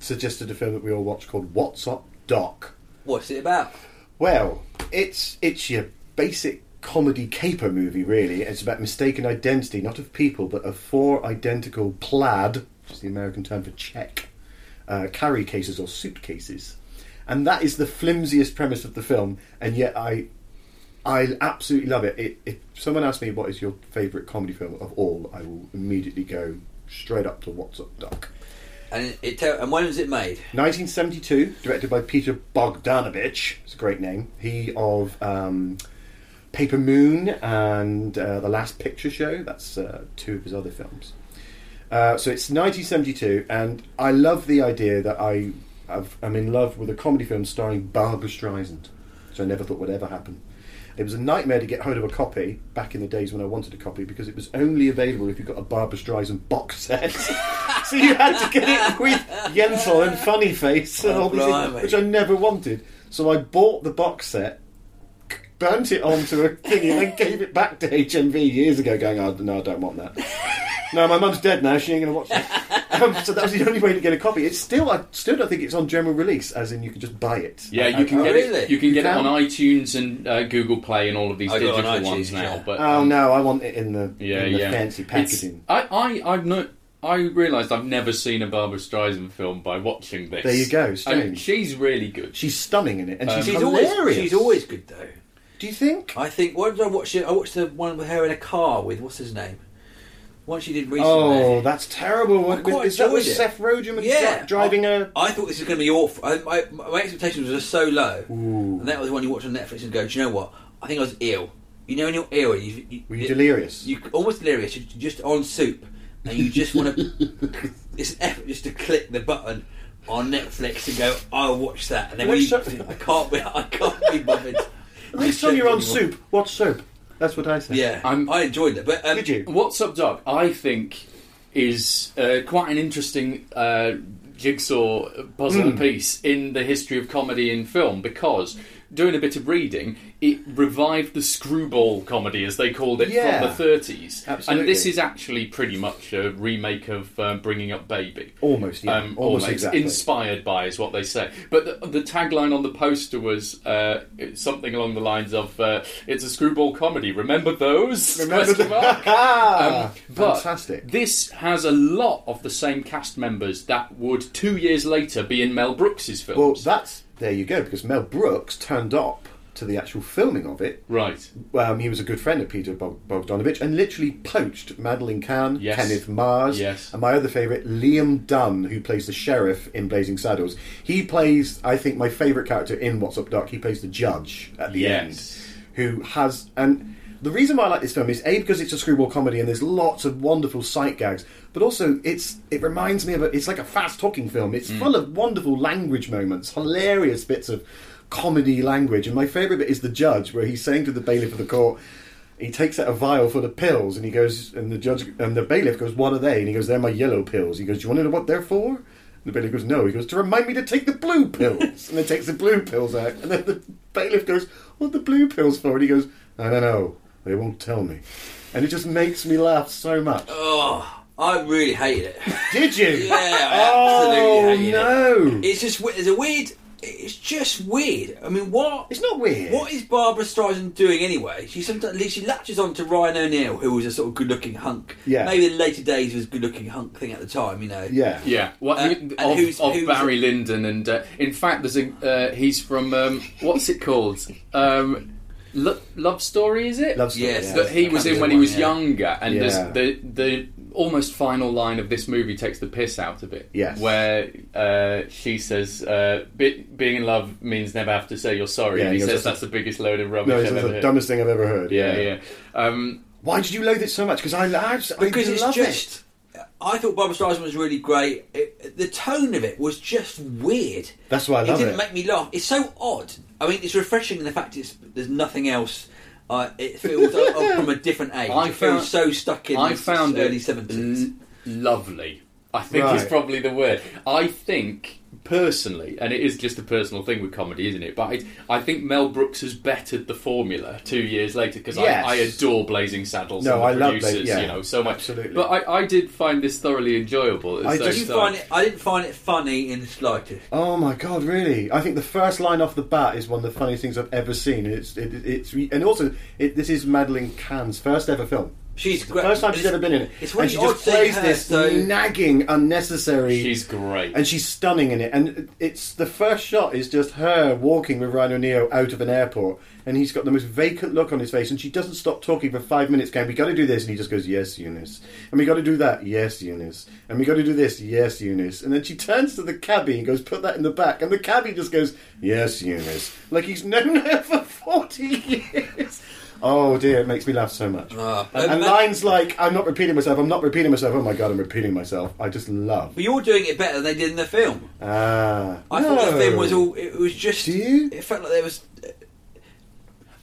D: suggested a film that we all watched called What's Up Doc.
C: What's it about?
D: Well, it's it's your basic comedy caper movie, really. It's about mistaken identity, not of people, but of four identical plaid, which is the American term for check, uh, carry cases or suitcases, and that is the flimsiest premise of the film. And yet, I I absolutely love it. it if someone asks me what is your favourite comedy film of all, I will immediately go straight up to What's Up Doc.
C: And it tell, and when was it made?
D: 1972, directed by Peter Bogdanovich. It's a great name. He of um, Paper Moon and uh, The Last Picture Show. That's uh, two of his other films. Uh, so it's 1972, and I love the idea that I have, I'm in love with a comedy film starring Barbara Streisand. which I never thought would ever happen. It was a nightmare to get hold of a copy back in the days when I wanted a copy because it was only available if you got a Barbara Streisand box set. so you had to get it with Yentl and Funny Face and
C: Oh,
D: all these things,
C: blimey.
D: which I never wanted. So I bought the box set, burnt it onto a thingy, and then gave it back to HMV years ago, going, oh, no, I don't want that. No, my mum's dead now. She ain't going to watch it. Um, so that was the only way to get a copy. It's still, I still don't think it's on general release, as in you can just buy it.
B: Yeah,
D: I-
B: you can
C: Oh,
B: get
C: really?
B: it. You can get it
D: can.
B: on iTunes and uh, Google Play and all of these
C: I got it on
B: digital ones
C: iTunes,
B: now.
C: yeah.
B: But
D: Oh no, I want it in the,
B: yeah,
D: in the
B: yeah,
D: fancy
B: It's-
D: packaging.
B: I, I, I've not. I realised I've never seen a Barbara Streisand film by watching this.
D: There you go, strange.
B: And she's really good.
D: She's stunning in it, and she's,
C: She's
D: hilarious.
C: always she's always Oh, good though.
D: Do you think?
C: I think. What did I watch? I watched the one with her in a car with what's his name. One she did recently.
D: Oh, that's terrible.
C: I
D: With-
C: quite
D: Is that with
C: enjoyed it.
D: Seth Rogen with
C: Yeah, Oh,
D: dri- driving
C: I,
D: a?
C: I thought this was going to be awful. I, my, my expectations were so low, and that was the one you watch on Netflix and go, "Do you know what? I think I was ill." You know, when you're ill, you, you,
D: Were you delirious?
C: You almost delirious. You're just on soup, and you just want to. it's an effort just to click the button on Netflix and go, "I'll watch that," and then when you,
D: Next time-
C: I can't be, I can't be bothered.
D: Next time you're on
C: Anymore.
D: soup, watch soap. That's what I say.
C: Yeah,
B: I'm-
C: I enjoyed it, but um,
D: Did you?
B: What's Up Doc, I think, is uh, quite an interesting uh, jigsaw puzzle
D: Hmm.
B: piece in the history of comedy in film because doing a bit of reading, it revived the screwball comedy, as they called it,
D: Yeah.
B: from the 30s.
D: Absolutely.
B: And this is actually pretty much a remake of uh, Bringing Up Baby.
D: Almost, yeah.
B: Um,
D: Almost exactly.
B: Inspired by is what they say. But the, the tagline on the poster was uh, it's something along the lines of uh, it's a screwball comedy. Remember those?
D: Remember
B: Question mark?
C: Um,
D: Ah,
B: But
D: fantastic.
B: This has a lot of the same cast members that would two years later be in Mel Brooks's
D: Well,
B: films.
D: that's there you go because Mel Brooks turned up to the actual filming of it.
B: right.
D: Um, he was a good friend of Peter Bog- Bogdanovich and literally poached Madeline Kahn,
B: Yes.
D: Kenneth Mars,
B: Yes.
D: and my other favourite, Liam Dunn, who plays the sheriff in Blazing Saddles. He plays, I think, my favourite character in What's Up Doc. He plays the judge at the
B: Yes.
D: end, who has and. The reason why I like this film is a because it's a screwball comedy and there's lots of wonderful sight gags, but also it's it reminds me of a, it's like a fast talking film. It's full of wonderful language moments, hilarious bits of comedy language, and my favourite bit is the judge where he's saying to the bailiff of the court, he takes out a vial full of pills and he goes and the judge and the bailiff goes what are they and he goes they're my yellow pills he goes do you want to know what they're for and the bailiff goes no he goes to remind me to take the blue pills and then takes the blue pills out and then the bailiff goes what are the blue pills for and he goes i don't know they won't tell me and it just makes me laugh so much
C: oh, I really hated it.
D: did you
C: Yeah, I absolutely
D: oh
C: hated
D: no
C: it. It's just we- there's a weird. It's just weird. I mean, what?
D: It's not weird.
C: What is Barbara Streisand doing anyway? She sometimes she latches on to Ryan O'Neill, who was a sort of good-looking hunk.
D: Yeah.
C: Maybe the later days was good-looking hunk thing at the time. You know.
D: yeah
B: Yeah, well,
C: Uh,
B: you-
C: and
B: of,
C: who's-
B: of
C: who's-
B: Barry Lyndon, and uh, in fact, there's a uh, he's from um, what's it called? Um, Lo- Love Story, is it?
D: love story
C: Yes,
D: yeah.
B: that he was in when he was younger, and
D: Yeah.
B: there's the the almost final line of this movie takes the piss out of it.
D: Yes.
B: where uh, she says, uh, be, "Being in love means never have to say you're sorry."
D: Yeah,
B: and he
D: he goes,
B: says
D: "That's
B: that's the biggest load of rubbish
D: no, it's
B: I've ever
D: the
B: heard.
D: dumbest thing I've ever heard.
B: Yeah, yeah. Um,
D: Why did you loathe it so much? Because I, I, I
C: Because Oh, it's
D: love it.
C: just. I thought Barbara Streisand was really great. It, the tone of it was just weird.
D: That's why I
C: it
D: love
C: didn't
D: it.
C: make me laugh. It's so odd. I mean, it's refreshing in the fact it's there's nothing else. Uh, it feels uh, uh, from a different age.
B: I
C: it feels
B: found-
C: so stuck in.
B: I
C: the
B: found it
C: early seventies.
B: l- lovely. I think is
D: Right.
B: probably the word. I think personally, and it is just a personal thing with comedy, isn't it? But I, I think Mel Brooks has bettered the formula two years later because
D: Yes.
B: I, I adore Blazing Saddles. and
D: No,
B: the
D: I love
B: producers,
D: Blazing- yeah,
B: you know so much.
D: absolutely.
B: But I, I did find this thoroughly enjoyable.
D: I
B: So-
C: Did you
B: so-
C: find it? I didn't find it funny in the slightest.
D: Oh my god, really? I think the first line off the bat is one of the funniest things I've ever seen. It's it, it's and also it, this is Madeline Cahn's first ever film.
C: She's
D: the
C: great.
D: first time she's
C: It's-
D: ever been in it,
C: it's
D: and
C: really
D: she
C: odd
D: just
C: seeing
D: plays
C: her
D: this
C: so-
D: nagging, unnecessary.
B: She's great.
D: and she's stunning in it. And it's the first shot is just her walking with Ryan O'Neill out of an airport, and he's got the most vacant look on his face, and she doesn't stop talking for five minutes. Going, we got to do this, and he just goes, "Yes, Eunice," and we got to do that, "Yes, Eunice," and we got to do this, "Yes, Eunice," and then she turns to the cabbie and goes, "Put that in the back," and the cabbie just goes, "Yes, Eunice," like he's known her for forty years. Oh dear, it makes me laugh so much. and and lines like, I'm not repeating myself, I'm not repeating myself, oh my god, I'm repeating myself. I just love.
C: But you're doing it better than they did in the film.
D: Ah,
C: I
D: no.
C: thought that film was all. It was just.
D: Do you?
C: It felt like there was.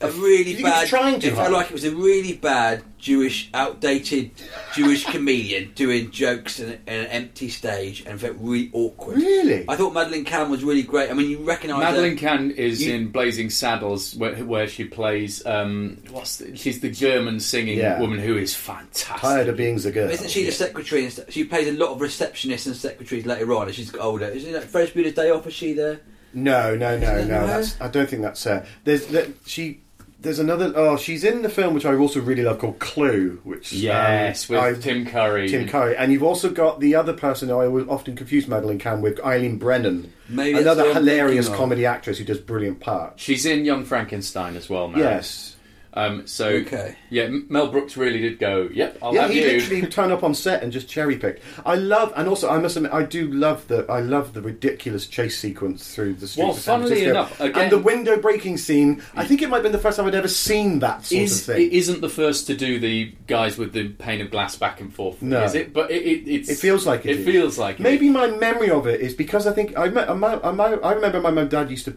C: a really
D: You think
C: bad.
D: it's trying too
C: it felt
D: hard?
C: like it was a really bad Jewish, outdated Jewish comedian doing jokes in, in an empty stage, and felt really awkward.
D: Really?
C: I thought Madeline Kahn was really great. I mean, you recognise her-
B: Madeline Kahn is
C: You-
B: in Blazing Saddles, where, where she plays. Um, what's the, she's the German singing
D: Yeah.
B: woman who is fantastic.
D: Tired of being the girl.
C: Isn't she the secretary? And st- she plays a lot of receptionists and secretaries later on as she's got older. Isn't that Fresh Bueller's Day Off? Is she there?
D: No, no, no,
C: Isn't it her?
D: no. That's, I don't think that's her. There's that she. There's another. Oh, she's in the film which I also really love called Clue, which um,
B: Yes, with
D: I-
B: Tim Curry.
D: Tim Curry, and you've also got the other person who I will often confuse Madeline Kahn with, Eileen Brennan,
C: Maybe that's
D: another
C: who I'm
D: hilarious
C: thinking of.
D: comedy actress who does brilliant parts.
B: She's in Young Frankenstein as well, man.
D: Yes,
B: Um, so
C: Okay.
B: yeah, M- Mel Brooks really did go. Yep, I'll
D: yeah,
B: Oh, have
D: he
B: you.
D: literally turned up on set and just cherry picked. I love, and also I must admit, I do love the, I love the ridiculous chase sequence through the streets
B: Well,
D: of San
B: funnily
D: Francisco,
B: enough, again-
D: and the window breaking scene. I think it might have been the first time I'd ever seen that sort
B: Is,
D: of thing.
B: it isn't the first to do the guys with the pane of glass back and forth,
D: No.
B: is it? But it, it, it's,
D: It feels like it.
B: It
D: is.
B: feels like it.
D: Maybe my memory of it is because I think I, me- I, mi- I, mi- I remember my mum and dad used to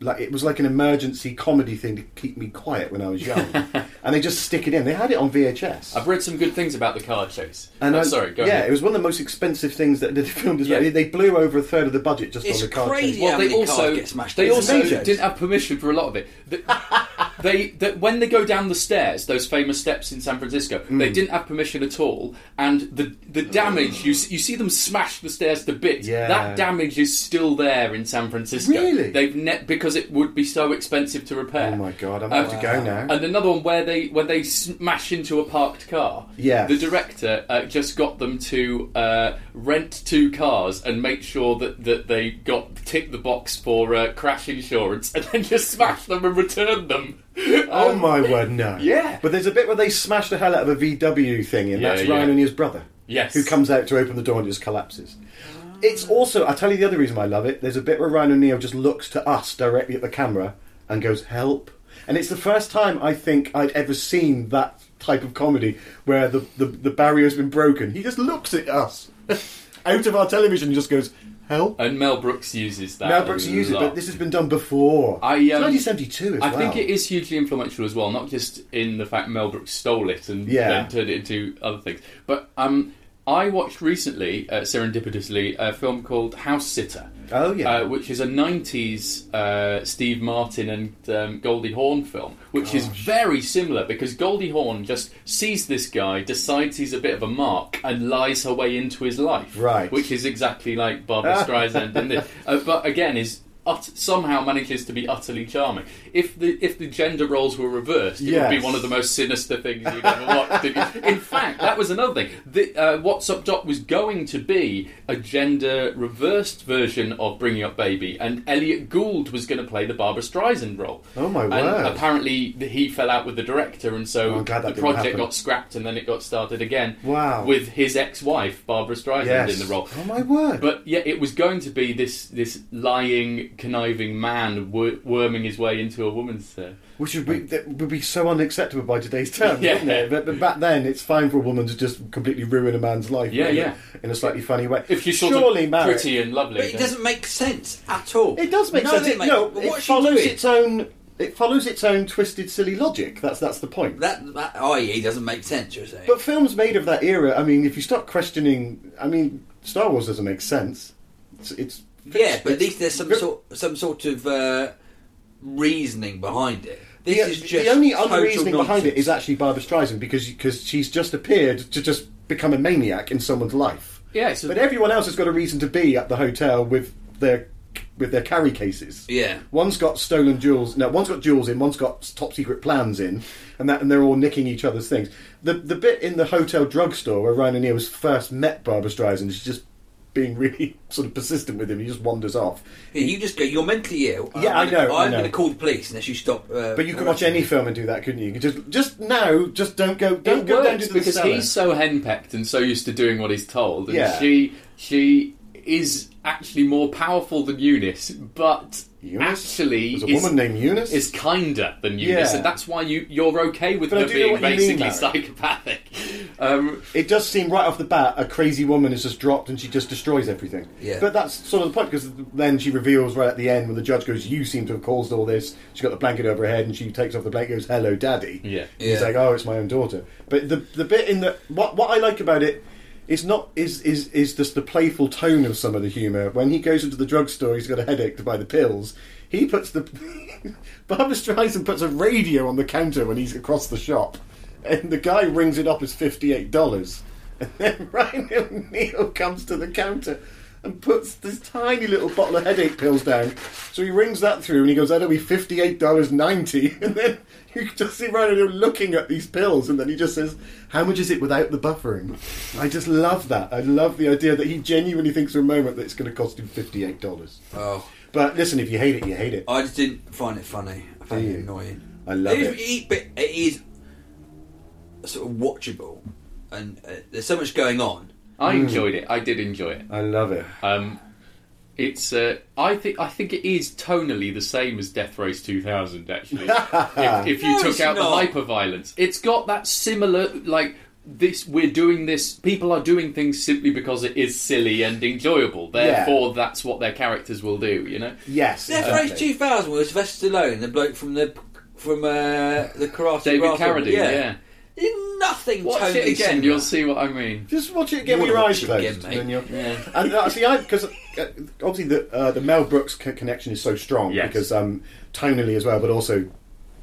D: like it was like an emergency comedy thing to keep me quiet when I was young, and they just stick it in. They had it on VHS.
B: I've read some good things about the car chase.
D: and
B: Oh,
D: I-
B: sorry, go
D: yeah,
B: ahead.
D: it was one of the most expensive things that the film does.
B: Yeah.
D: They- They blew over a third of the budget just
C: It's
D: on the car
C: crazy.
D: chase.
C: Yeah,
B: Well,
C: how
B: they
C: many cars
B: also
C: get smashed
B: they
C: into
B: also
C: majors?
B: didn't have permission for a lot of it. The- they that when they go down the stairs, those famous steps in San Francisco,
D: Hmm.
B: they didn't have permission at all, and the the damage you s- you see them smash the stairs to bits.
D: Yeah.
B: That damage is still there in San Francisco.
D: Really?
B: They've net because it would be so expensive to repair. Um,
D: Oh my god, I'm
B: Uh,
D: gonna have to go now.
B: And another one where they where they smash into a parked car.
D: Yes.
B: The director uh, just got them to uh, rent two cars and make sure that, that they got tick the box for uh, crash insurance, and then just smash them and return them.
D: Oh
B: Um,
D: my word, no.
B: Yeah.
D: But there's a bit where they smash the hell out of a VW thing, and
B: Yeah,
D: that's
B: yeah.
D: Ryan and his brother.
B: Yes. Ah.
D: Who comes out to open the door and just collapses. It's also, I'll tell you the other reason I love it. There's a bit where Ryan O'Neill just looks to us directly at the camera and goes, help. And it's the first time I think I'd ever seen that type of comedy where the, the, the barrier's been broken. He just looks at us out of our television and just goes, help.
B: And Mel Brooks uses that.
D: Mel Brooks
B: a
D: uses it,
B: lot.
D: but this has been done before.
B: I,
D: It's
B: um,
D: 1972 as
B: I
D: well.
B: think it is hugely influential as well, not just in the fact Mel Brooks stole it and
D: Yeah.
B: then turned it into other things. But um, I watched recently, uh, serendipitously, a film called House Sitter.
D: Oh, yeah.
B: uh, which is a '90s uh, Steve Martin and um, Goldie Hawn film, which is very similar because Goldie Hawn just sees this guy, decides he's a bit of a mark, and lies her way into his life.
D: Right.
B: which is exactly like Barbara Streisand in this, uh, but again is. Ut- somehow manages to be utterly charming. If the if the gender roles were reversed, it would be
D: Yes.
B: one of the most sinister things you'd ever watched. In fact, that was another thing. The, uh, What's Up Doc was going to be a gender reversed version of Bringing Up Baby, and Elliot Gould was going to play the Barbara Streisand role.
D: Oh, my
B: and
D: word.
B: Apparently, th- he fell out with the director, and so
D: Oh, I'm glad that
B: the
D: didn't
B: project
D: happen.
B: got scrapped, and then it got started again.
D: Wow.
B: With his ex-wife Barbara Streisand
D: yes.
B: in the role.
D: Oh, my word.
B: But yeah, it was going to be this this lying, conniving man wor- worming his way into a woman's. Uh,
D: Which would be, that would be so unacceptable by today's terms,
B: Yeah.
D: wouldn't it? But, but back then, it's fine for a woman to just completely ruin a man's life.
B: Yeah,
D: in a-
B: yeah.
D: In a slightly funny way.
B: if she's sort
D: surely
B: of
D: marry-
B: pretty and lovely,
C: But it
B: then-
C: doesn't make sense at all.
D: It does make
C: None
D: sense.
C: Of it
D: It-
C: makes,
D: no,
C: but
D: it
C: what's she
D: follows
C: doing?
D: its own. It follows its own twisted, silly logic. That's that's the point.
C: That, that i.e. doesn't make sense, you're saying.
D: but films made of that era. I mean, if you start questioning, I mean, Star Wars doesn't make sense. It's, it's
C: yeah, but at least there's some sort some sort of uh, reasoning behind it. This
D: the,
C: is
D: the
C: just
D: only
C: total
D: unreasoning behind it
C: nonsense.
D: is actually Barbara Streisand because because she's just appeared to just become a maniac in someone's life.
B: Yeah, it's a-
D: but everyone else has got a reason to be at the hotel with their with their carry cases.
C: Yeah.
D: one's got stolen jewels. No, one's got jewels in. One's got top secret plans in, and that and they're all nicking each other's things. The the bit in the hotel drugstore where Ryan O'Neill was first met Barbara Streisand, she's just being really sort of persistent with him. He just wanders off.
C: Yeah, you just go. You're mentally ill.
D: Yeah,
C: I'm
D: I
C: gonna-
D: know, I
C: I'm
D: know.
C: going to call the police unless you stop. Uh,
D: But you could watch any film and do that, couldn't you? You could just, just now, just don't go, don't
B: it
D: go down
B: works
D: to the
B: because
D: cellar.
B: he's so henpecked and so used to doing what he's told, and
D: Yeah.
B: she she is actually more powerful than Eunice, but
D: Eunice?
B: actually
D: There's a
B: is-
D: woman named Eunice?
B: is kinder than Eunice,
D: Yeah.
B: and that's why you you're okay with
D: But I
B: her
D: do know
B: being
D: what you mean,
B: basically
D: Larry.
B: psychopathic. Um,
D: It does seem right off the bat a crazy woman is just dropped and she just destroys everything.
C: Yeah.
D: But that's sort of the point because then she reveals right at the end when the judge goes, "You seem to have caused all this." She got the blanket over her head and she takes off the blanket, goes, "Hello, daddy."
B: Yeah.
D: And He's
C: Yeah.
D: like, "Oh, it's my own daughter." But the the bit in the what what I like about it. It's not is is is just the playful tone of some of the humour. When he goes into the drugstore, he's got a headache to buy the pills. He puts the Barbara Streisand puts a radio on the counter when he's across the shop, and the guy rings it up as fifty eight dollars. And then Ryan O'Neill comes to the counter and puts this tiny little bottle of headache pills down. So he rings that through and he goes, "That'll be fifty-eight dollars ninety. And then you just see Ryan O'Neill looking at these pills, and then he just says, "How much is it without the buffering?" I just love that. I love the idea that he genuinely thinks for a moment that it's going to cost him fifty-eight dollars.
C: Oh,
D: But listen, if you hate it, you hate it.
C: I just didn't find it funny. I found
D: you?
C: it annoying.
D: I love
C: it.
D: it.
C: Is, but it is sort of watchable, and uh, there's so much going on.
D: Hmm.
B: I enjoyed it. I did enjoy it.
D: I love it.
B: Um, it's uh, I think I think it is tonally the same as Death Race 2000. Actually, if, if you
C: No,
B: took
C: it's
B: out
C: not.
B: the hyperviolence, it's got that similar like this. We're doing this. People are doing things simply because it is silly and enjoyable. Therefore, that's what their characters will do. You know.
D: Yes,
C: Death
D: exactly.
C: Race 2000 was Sylvester Stallone, the bloke from the from uh, the Karate.
B: David
C: Rascal.
B: Carradine, yeah.
C: Did Nothing
B: Watch
C: totally
B: it again.
C: similar.
B: You'll see what I mean.
D: Just watch it again
C: You
D: with your
C: wanna
D: eyes
C: watch it
D: closed.
C: again, mate.
D: and you're,
B: Yeah.
D: and uh, see, I because uh, obviously the uh, the Mel Brooks co- connection is so strong
B: Yes.
D: because um, tonally as well, but also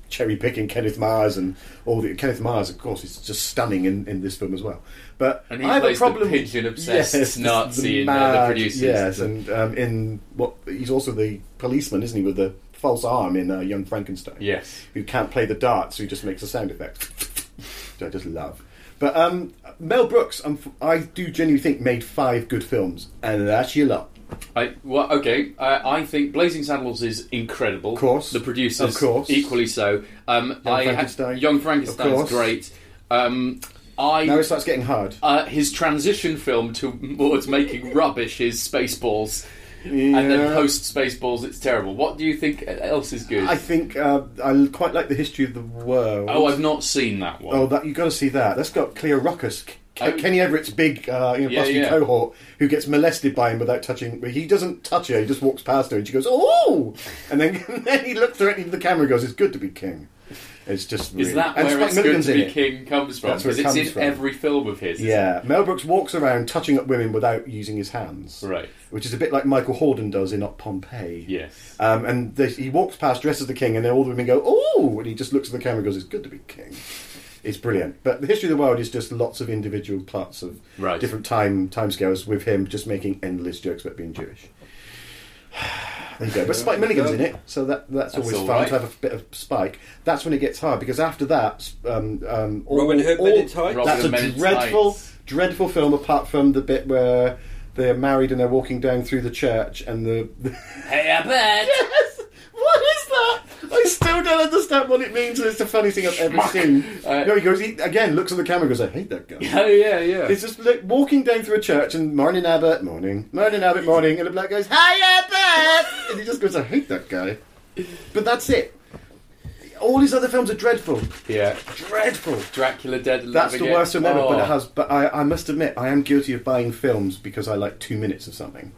D: cherry picking Kenneth Myers and all the Kenneth Myers, of course, is just stunning in, in this film as well. But
B: And he
D: I have
B: plays
D: a
B: the
D: problem.
B: pigeon-obsessed
D: Yes, the-
B: Nazi
D: the
B: in, uh, The
D: mad-
B: Producers.
D: Yes, and um, in what he's also the policeman, isn't he, with the false arm in uh, Young Frankenstein?
B: Yes.
D: who can't play the dart, so he just makes a sound effect, which I just love. But um, Mel Brooks, um, I do genuinely think made five good films, and that's your lot.
B: I, well, okay. I, I think Blazing Saddles is incredible. Of
D: course.
B: the producers,
D: Of course.
B: equally so. Um,
D: Young
B: I had-
D: Frankenstein.
B: Young
D: Of
B: Frankenstein's
D: course.
B: great. Um, I
D: Now it starts getting hard.
B: uh, his transition film towards making rubbish is Spaceballs, and then
D: Yeah.
B: post Spaceballs, it's terrible. What do you think else is good?
D: I think uh, I quite like the history of the world.
B: oh, I've not seen that one.
D: Oh, that you got to see that. That's got Cleo Ruckus, K-
B: Oh.
D: Kenny Everett's big, uh, you know,
B: Yeah,
D: busty
B: yeah.
D: cohort who gets molested by him without touching. He doesn't touch her. He just walks past her, and she goes, "Oh!" And then, and then he looks directly into the camera, and goes, "It's good to be king." It's just
B: is
D: really-
B: that
D: and
B: where
D: Spike
B: it's good
D: Milligan's
B: to
D: in
B: be
D: it.
B: king comes from?
D: That's where it
B: Because it's
D: comes
B: in
D: from.
B: every film of his. isn't
D: Yeah, Mel Brooks walks around touching up women without using his hands.
B: Right.
D: Which is a bit like Michael Horden does in Up Pompeii.
B: Yes.
D: Um, and they, he walks past, dresses the king, and then all the women go, "Oh!" And he just looks at the camera and goes, "It's good to be king." It's brilliant. But the history of the world is just lots of individual plots of
B: Right.
D: different time timescales with him just making endless jokes about being Jewish. There you go. But Spike Milligan's in it, so that that's, always
B: all
D: fun
B: right.
D: to have a bit of Spike. That's when it gets hard because after that, um, um, all,
C: Robin Hood
D: all-
C: Men in Tights?
B: Robin
D: That's
B: Hood
D: a
B: Men in
D: dreadful
B: Tights.
D: dreadful film apart from the bit where they're married and they're walking down through the church and the
B: Hey, I bet.
D: what is that I still don't understand what it means and it's the funniest thing I've ever seen
B: Uh,
D: no he goes he, again looks at the camera and goes I hate that guy
B: Oh yeah, yeah.
D: It's just like walking down through a church and morning Abbott, morning, morning Abbott, morning, and the black goes, Hi Abbott! And he just goes, I hate that guy. But that's it. All his other films are dreadful.
B: yeah.
D: Dreadful.
B: Dracula Dead. and
D: That's
B: Living
D: the
B: It.
D: worst film ever, but
B: Oh.
D: it has. But I, I must admit, I am guilty of buying films because I like two minutes of something,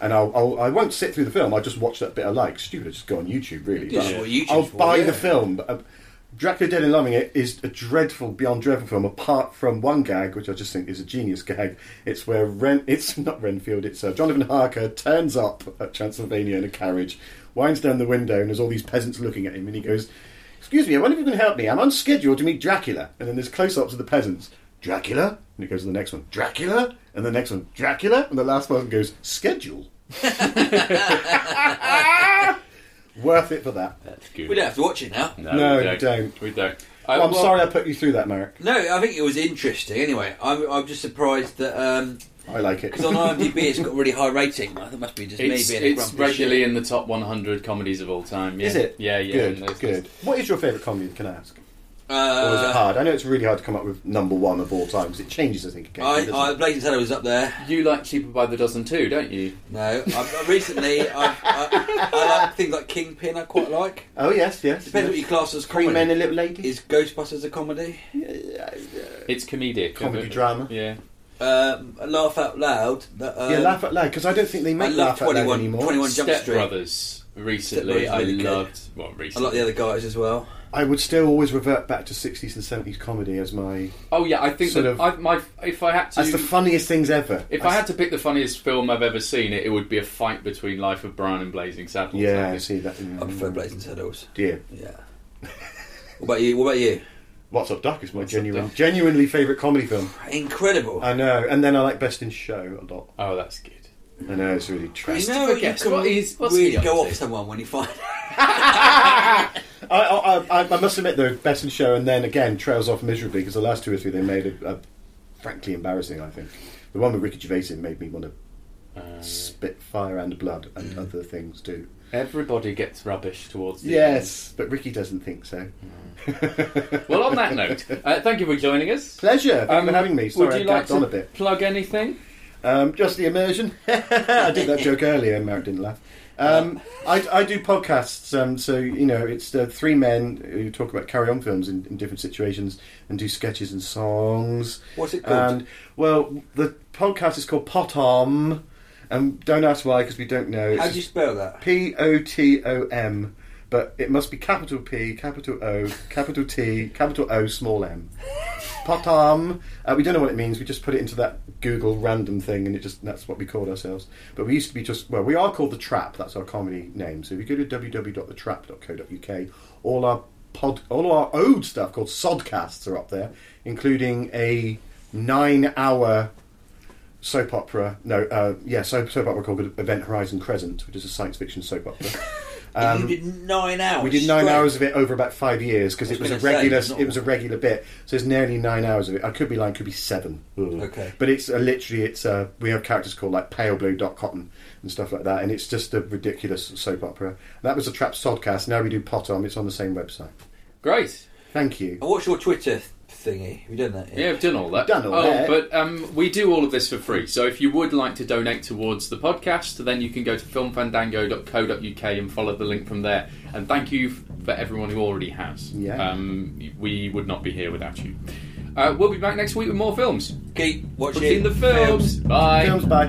D: and I'll, I'll I won't sit through the film. I will just watch that bit I like. Stupid, just go on YouTube, really.
C: This is
D: but
C: what YouTube's
D: I'll
C: for,
D: buy
C: yeah.
D: the film. But, uh, Dracula Dead and Loving It is a dreadful, beyond dreadful film. Apart from one gag, which I just think is a genius gag. It's where Ren, it's not Renfield, it's uh, Jonathan Harker turns up at Transylvania in a carriage, winds down the window, and there's all these peasants looking at him, and he goes. Excuse me, I wonder if you can help me. I'm on schedule to meet Dracula. And then there's close ups of the peasants. Dracula? And it goes to the next one, Dracula? And the next one, Dracula? And the last person goes, schedule. Worth it for that.
B: That's good.
C: We don't have to watch it now.
B: No,
D: No,
B: we
D: you
B: don't.
D: don't.
B: We don't.
D: Well,
B: Uh,
D: I'm
B: well,
D: sorry I put you through that, Merrick.
C: No, I think it was interesting. Anyway, I'm, I'm just surprised that because
D: I like it.
C: on IMDb it's got a really high rating. I think it must be just
B: It's,
C: me being
B: it's
C: a grumpy
B: regularly
C: shit.
B: in the top 100 comedies of all time. Yeah.
D: Is it?
B: Yeah, yeah. and
D: Good,
B: those
D: good.
B: things.
D: What is your favourite comedy, can I ask? or is it hard? I know it's really hard to come up with number one of all time because it changes. I think.
C: I,
D: Occasionally,
C: I
D: doesn't it?
C: Blazing Saddles up there.
B: You like cheaper by the dozen too, don't you?
C: No, I've, recently I've, I, I like things like Kingpin. I quite like.
D: oh yes, yes.
C: Depends
D: yes.
C: what you class as
D: Three
C: comedy.
D: men and little lady.
C: Is Ghostbusters a comedy?
B: It's comedic,
D: Comedy
B: isn't it?
D: drama.
B: Yeah,
C: Um, laugh out loud. that, Um,
D: yeah, laugh out loud because I don't think they
C: I
D: make
C: love
D: laugh out loud
C: 21
D: anymore.
C: 21 Jump
B: Step
C: Street.
B: Brothers. Recently,
C: Step Brothers really good.
B: I loved. Well,
C: I
B: recently.
C: like the other guys as well.
D: I would still always revert back to sixties and seventies comedy as my
B: Oh yeah, I think
D: Sort
B: that
D: of-
B: I, my if I had to
D: as the funniest things ever.
B: if I had to pick the funniest film I've ever seen, it, it would be a fight between Life of Brian and Blazing Saddles.
D: yeah,
B: I
D: I
B: think.
D: see that.
C: I prefer Blazing Saddles.
D: Yeah.
C: Yeah. what about you? What about you?
D: What's Up Duck is my
B: What's Up,
D: genuine,
B: Doc?
D: genuinely favourite comedy film.
C: Incredible.
D: I know, and then I like Best in Show a lot.
B: Oh, that's good.
D: I know it's really trash.
C: you
B: Christopher
C: know, you
B: Guest,
C: can
B: what is- what's
C: really
B: he up
C: go
B: to?
C: off someone when you find.
D: I, I, I, I must admit though, Best in Show, and then again trails off miserably because the last two or three they made are, are frankly embarrassing. I think the one with Ricky Gervais in made me want to spit fire and blood and other things too.
B: Everybody gets rubbish towards the
D: Yes, but Ricky doesn't think so.
B: end. Well, on that note, uh, thank you for joining us.
D: Pleasure. Thank you for having me. Sorry,
B: Um, would
D: I
B: you like
D: gagged
B: to
D: on a bit.
B: plug anything?
D: Um, just the immersion. I did that joke earlier, and Merrick didn't laugh. Um, I, I do podcasts, um, so you know it's uh, three men who talk about carry-on films in, in different situations and do sketches and songs.
C: What's it called?
D: And well, the podcast is called Potom, and don't ask why because we don't know.
C: How do you spell that?
D: P O T O M, but it must be capital P, capital O, capital T, capital O, small m. Potom. Uh, we don't know what it means. We just put it into that Google random thing, and it just that's what we called ourselves. But we used to be just well, we are called the Trap. That's our comedy name. So if you go to www.thetrap.co.uk, all our pod, all our old stuff called Sodcasts are up there, including a nine-hour soap opera. No, uh, yeah, soap, soap opera called Event Horizon Crescent, which is a science fiction soap opera.
C: you did nine hours.
D: We did nine
C: straight.
D: hours of it over about five years because
C: I
D: it
C: was
D: was a
C: gonna say,
D: regular.
C: it's not-
D: it was a regular bit, so it's nearly nine hours of it. I could be lying, could be seven. Ugh.
C: Mm. Okay.
D: but it's uh, literally it's uh, we have characters called like Pale Blue Dot Cotton and stuff like that, and it's just a ridiculous soap opera. That was a Trap Sodcast. Now we do Pot on. It's on the same website.
B: Great.
D: Thank you.
C: And what's your Twitter thingy? Have you done that? yet?
B: Yeah, I've done all that.
D: Done all
B: oh,
D: that.
B: But um, we do all of this for free. So if you would like to donate towards the podcast, then you can go to filmfandango.co.uk and follow the link from there. And thank you f- for everyone who already has.
D: Yeah.
B: Um, we would not be here without you. Uh, we'll be back next week with more films.
C: Keep watching,
B: What's in the films? Bye.
D: Films bye.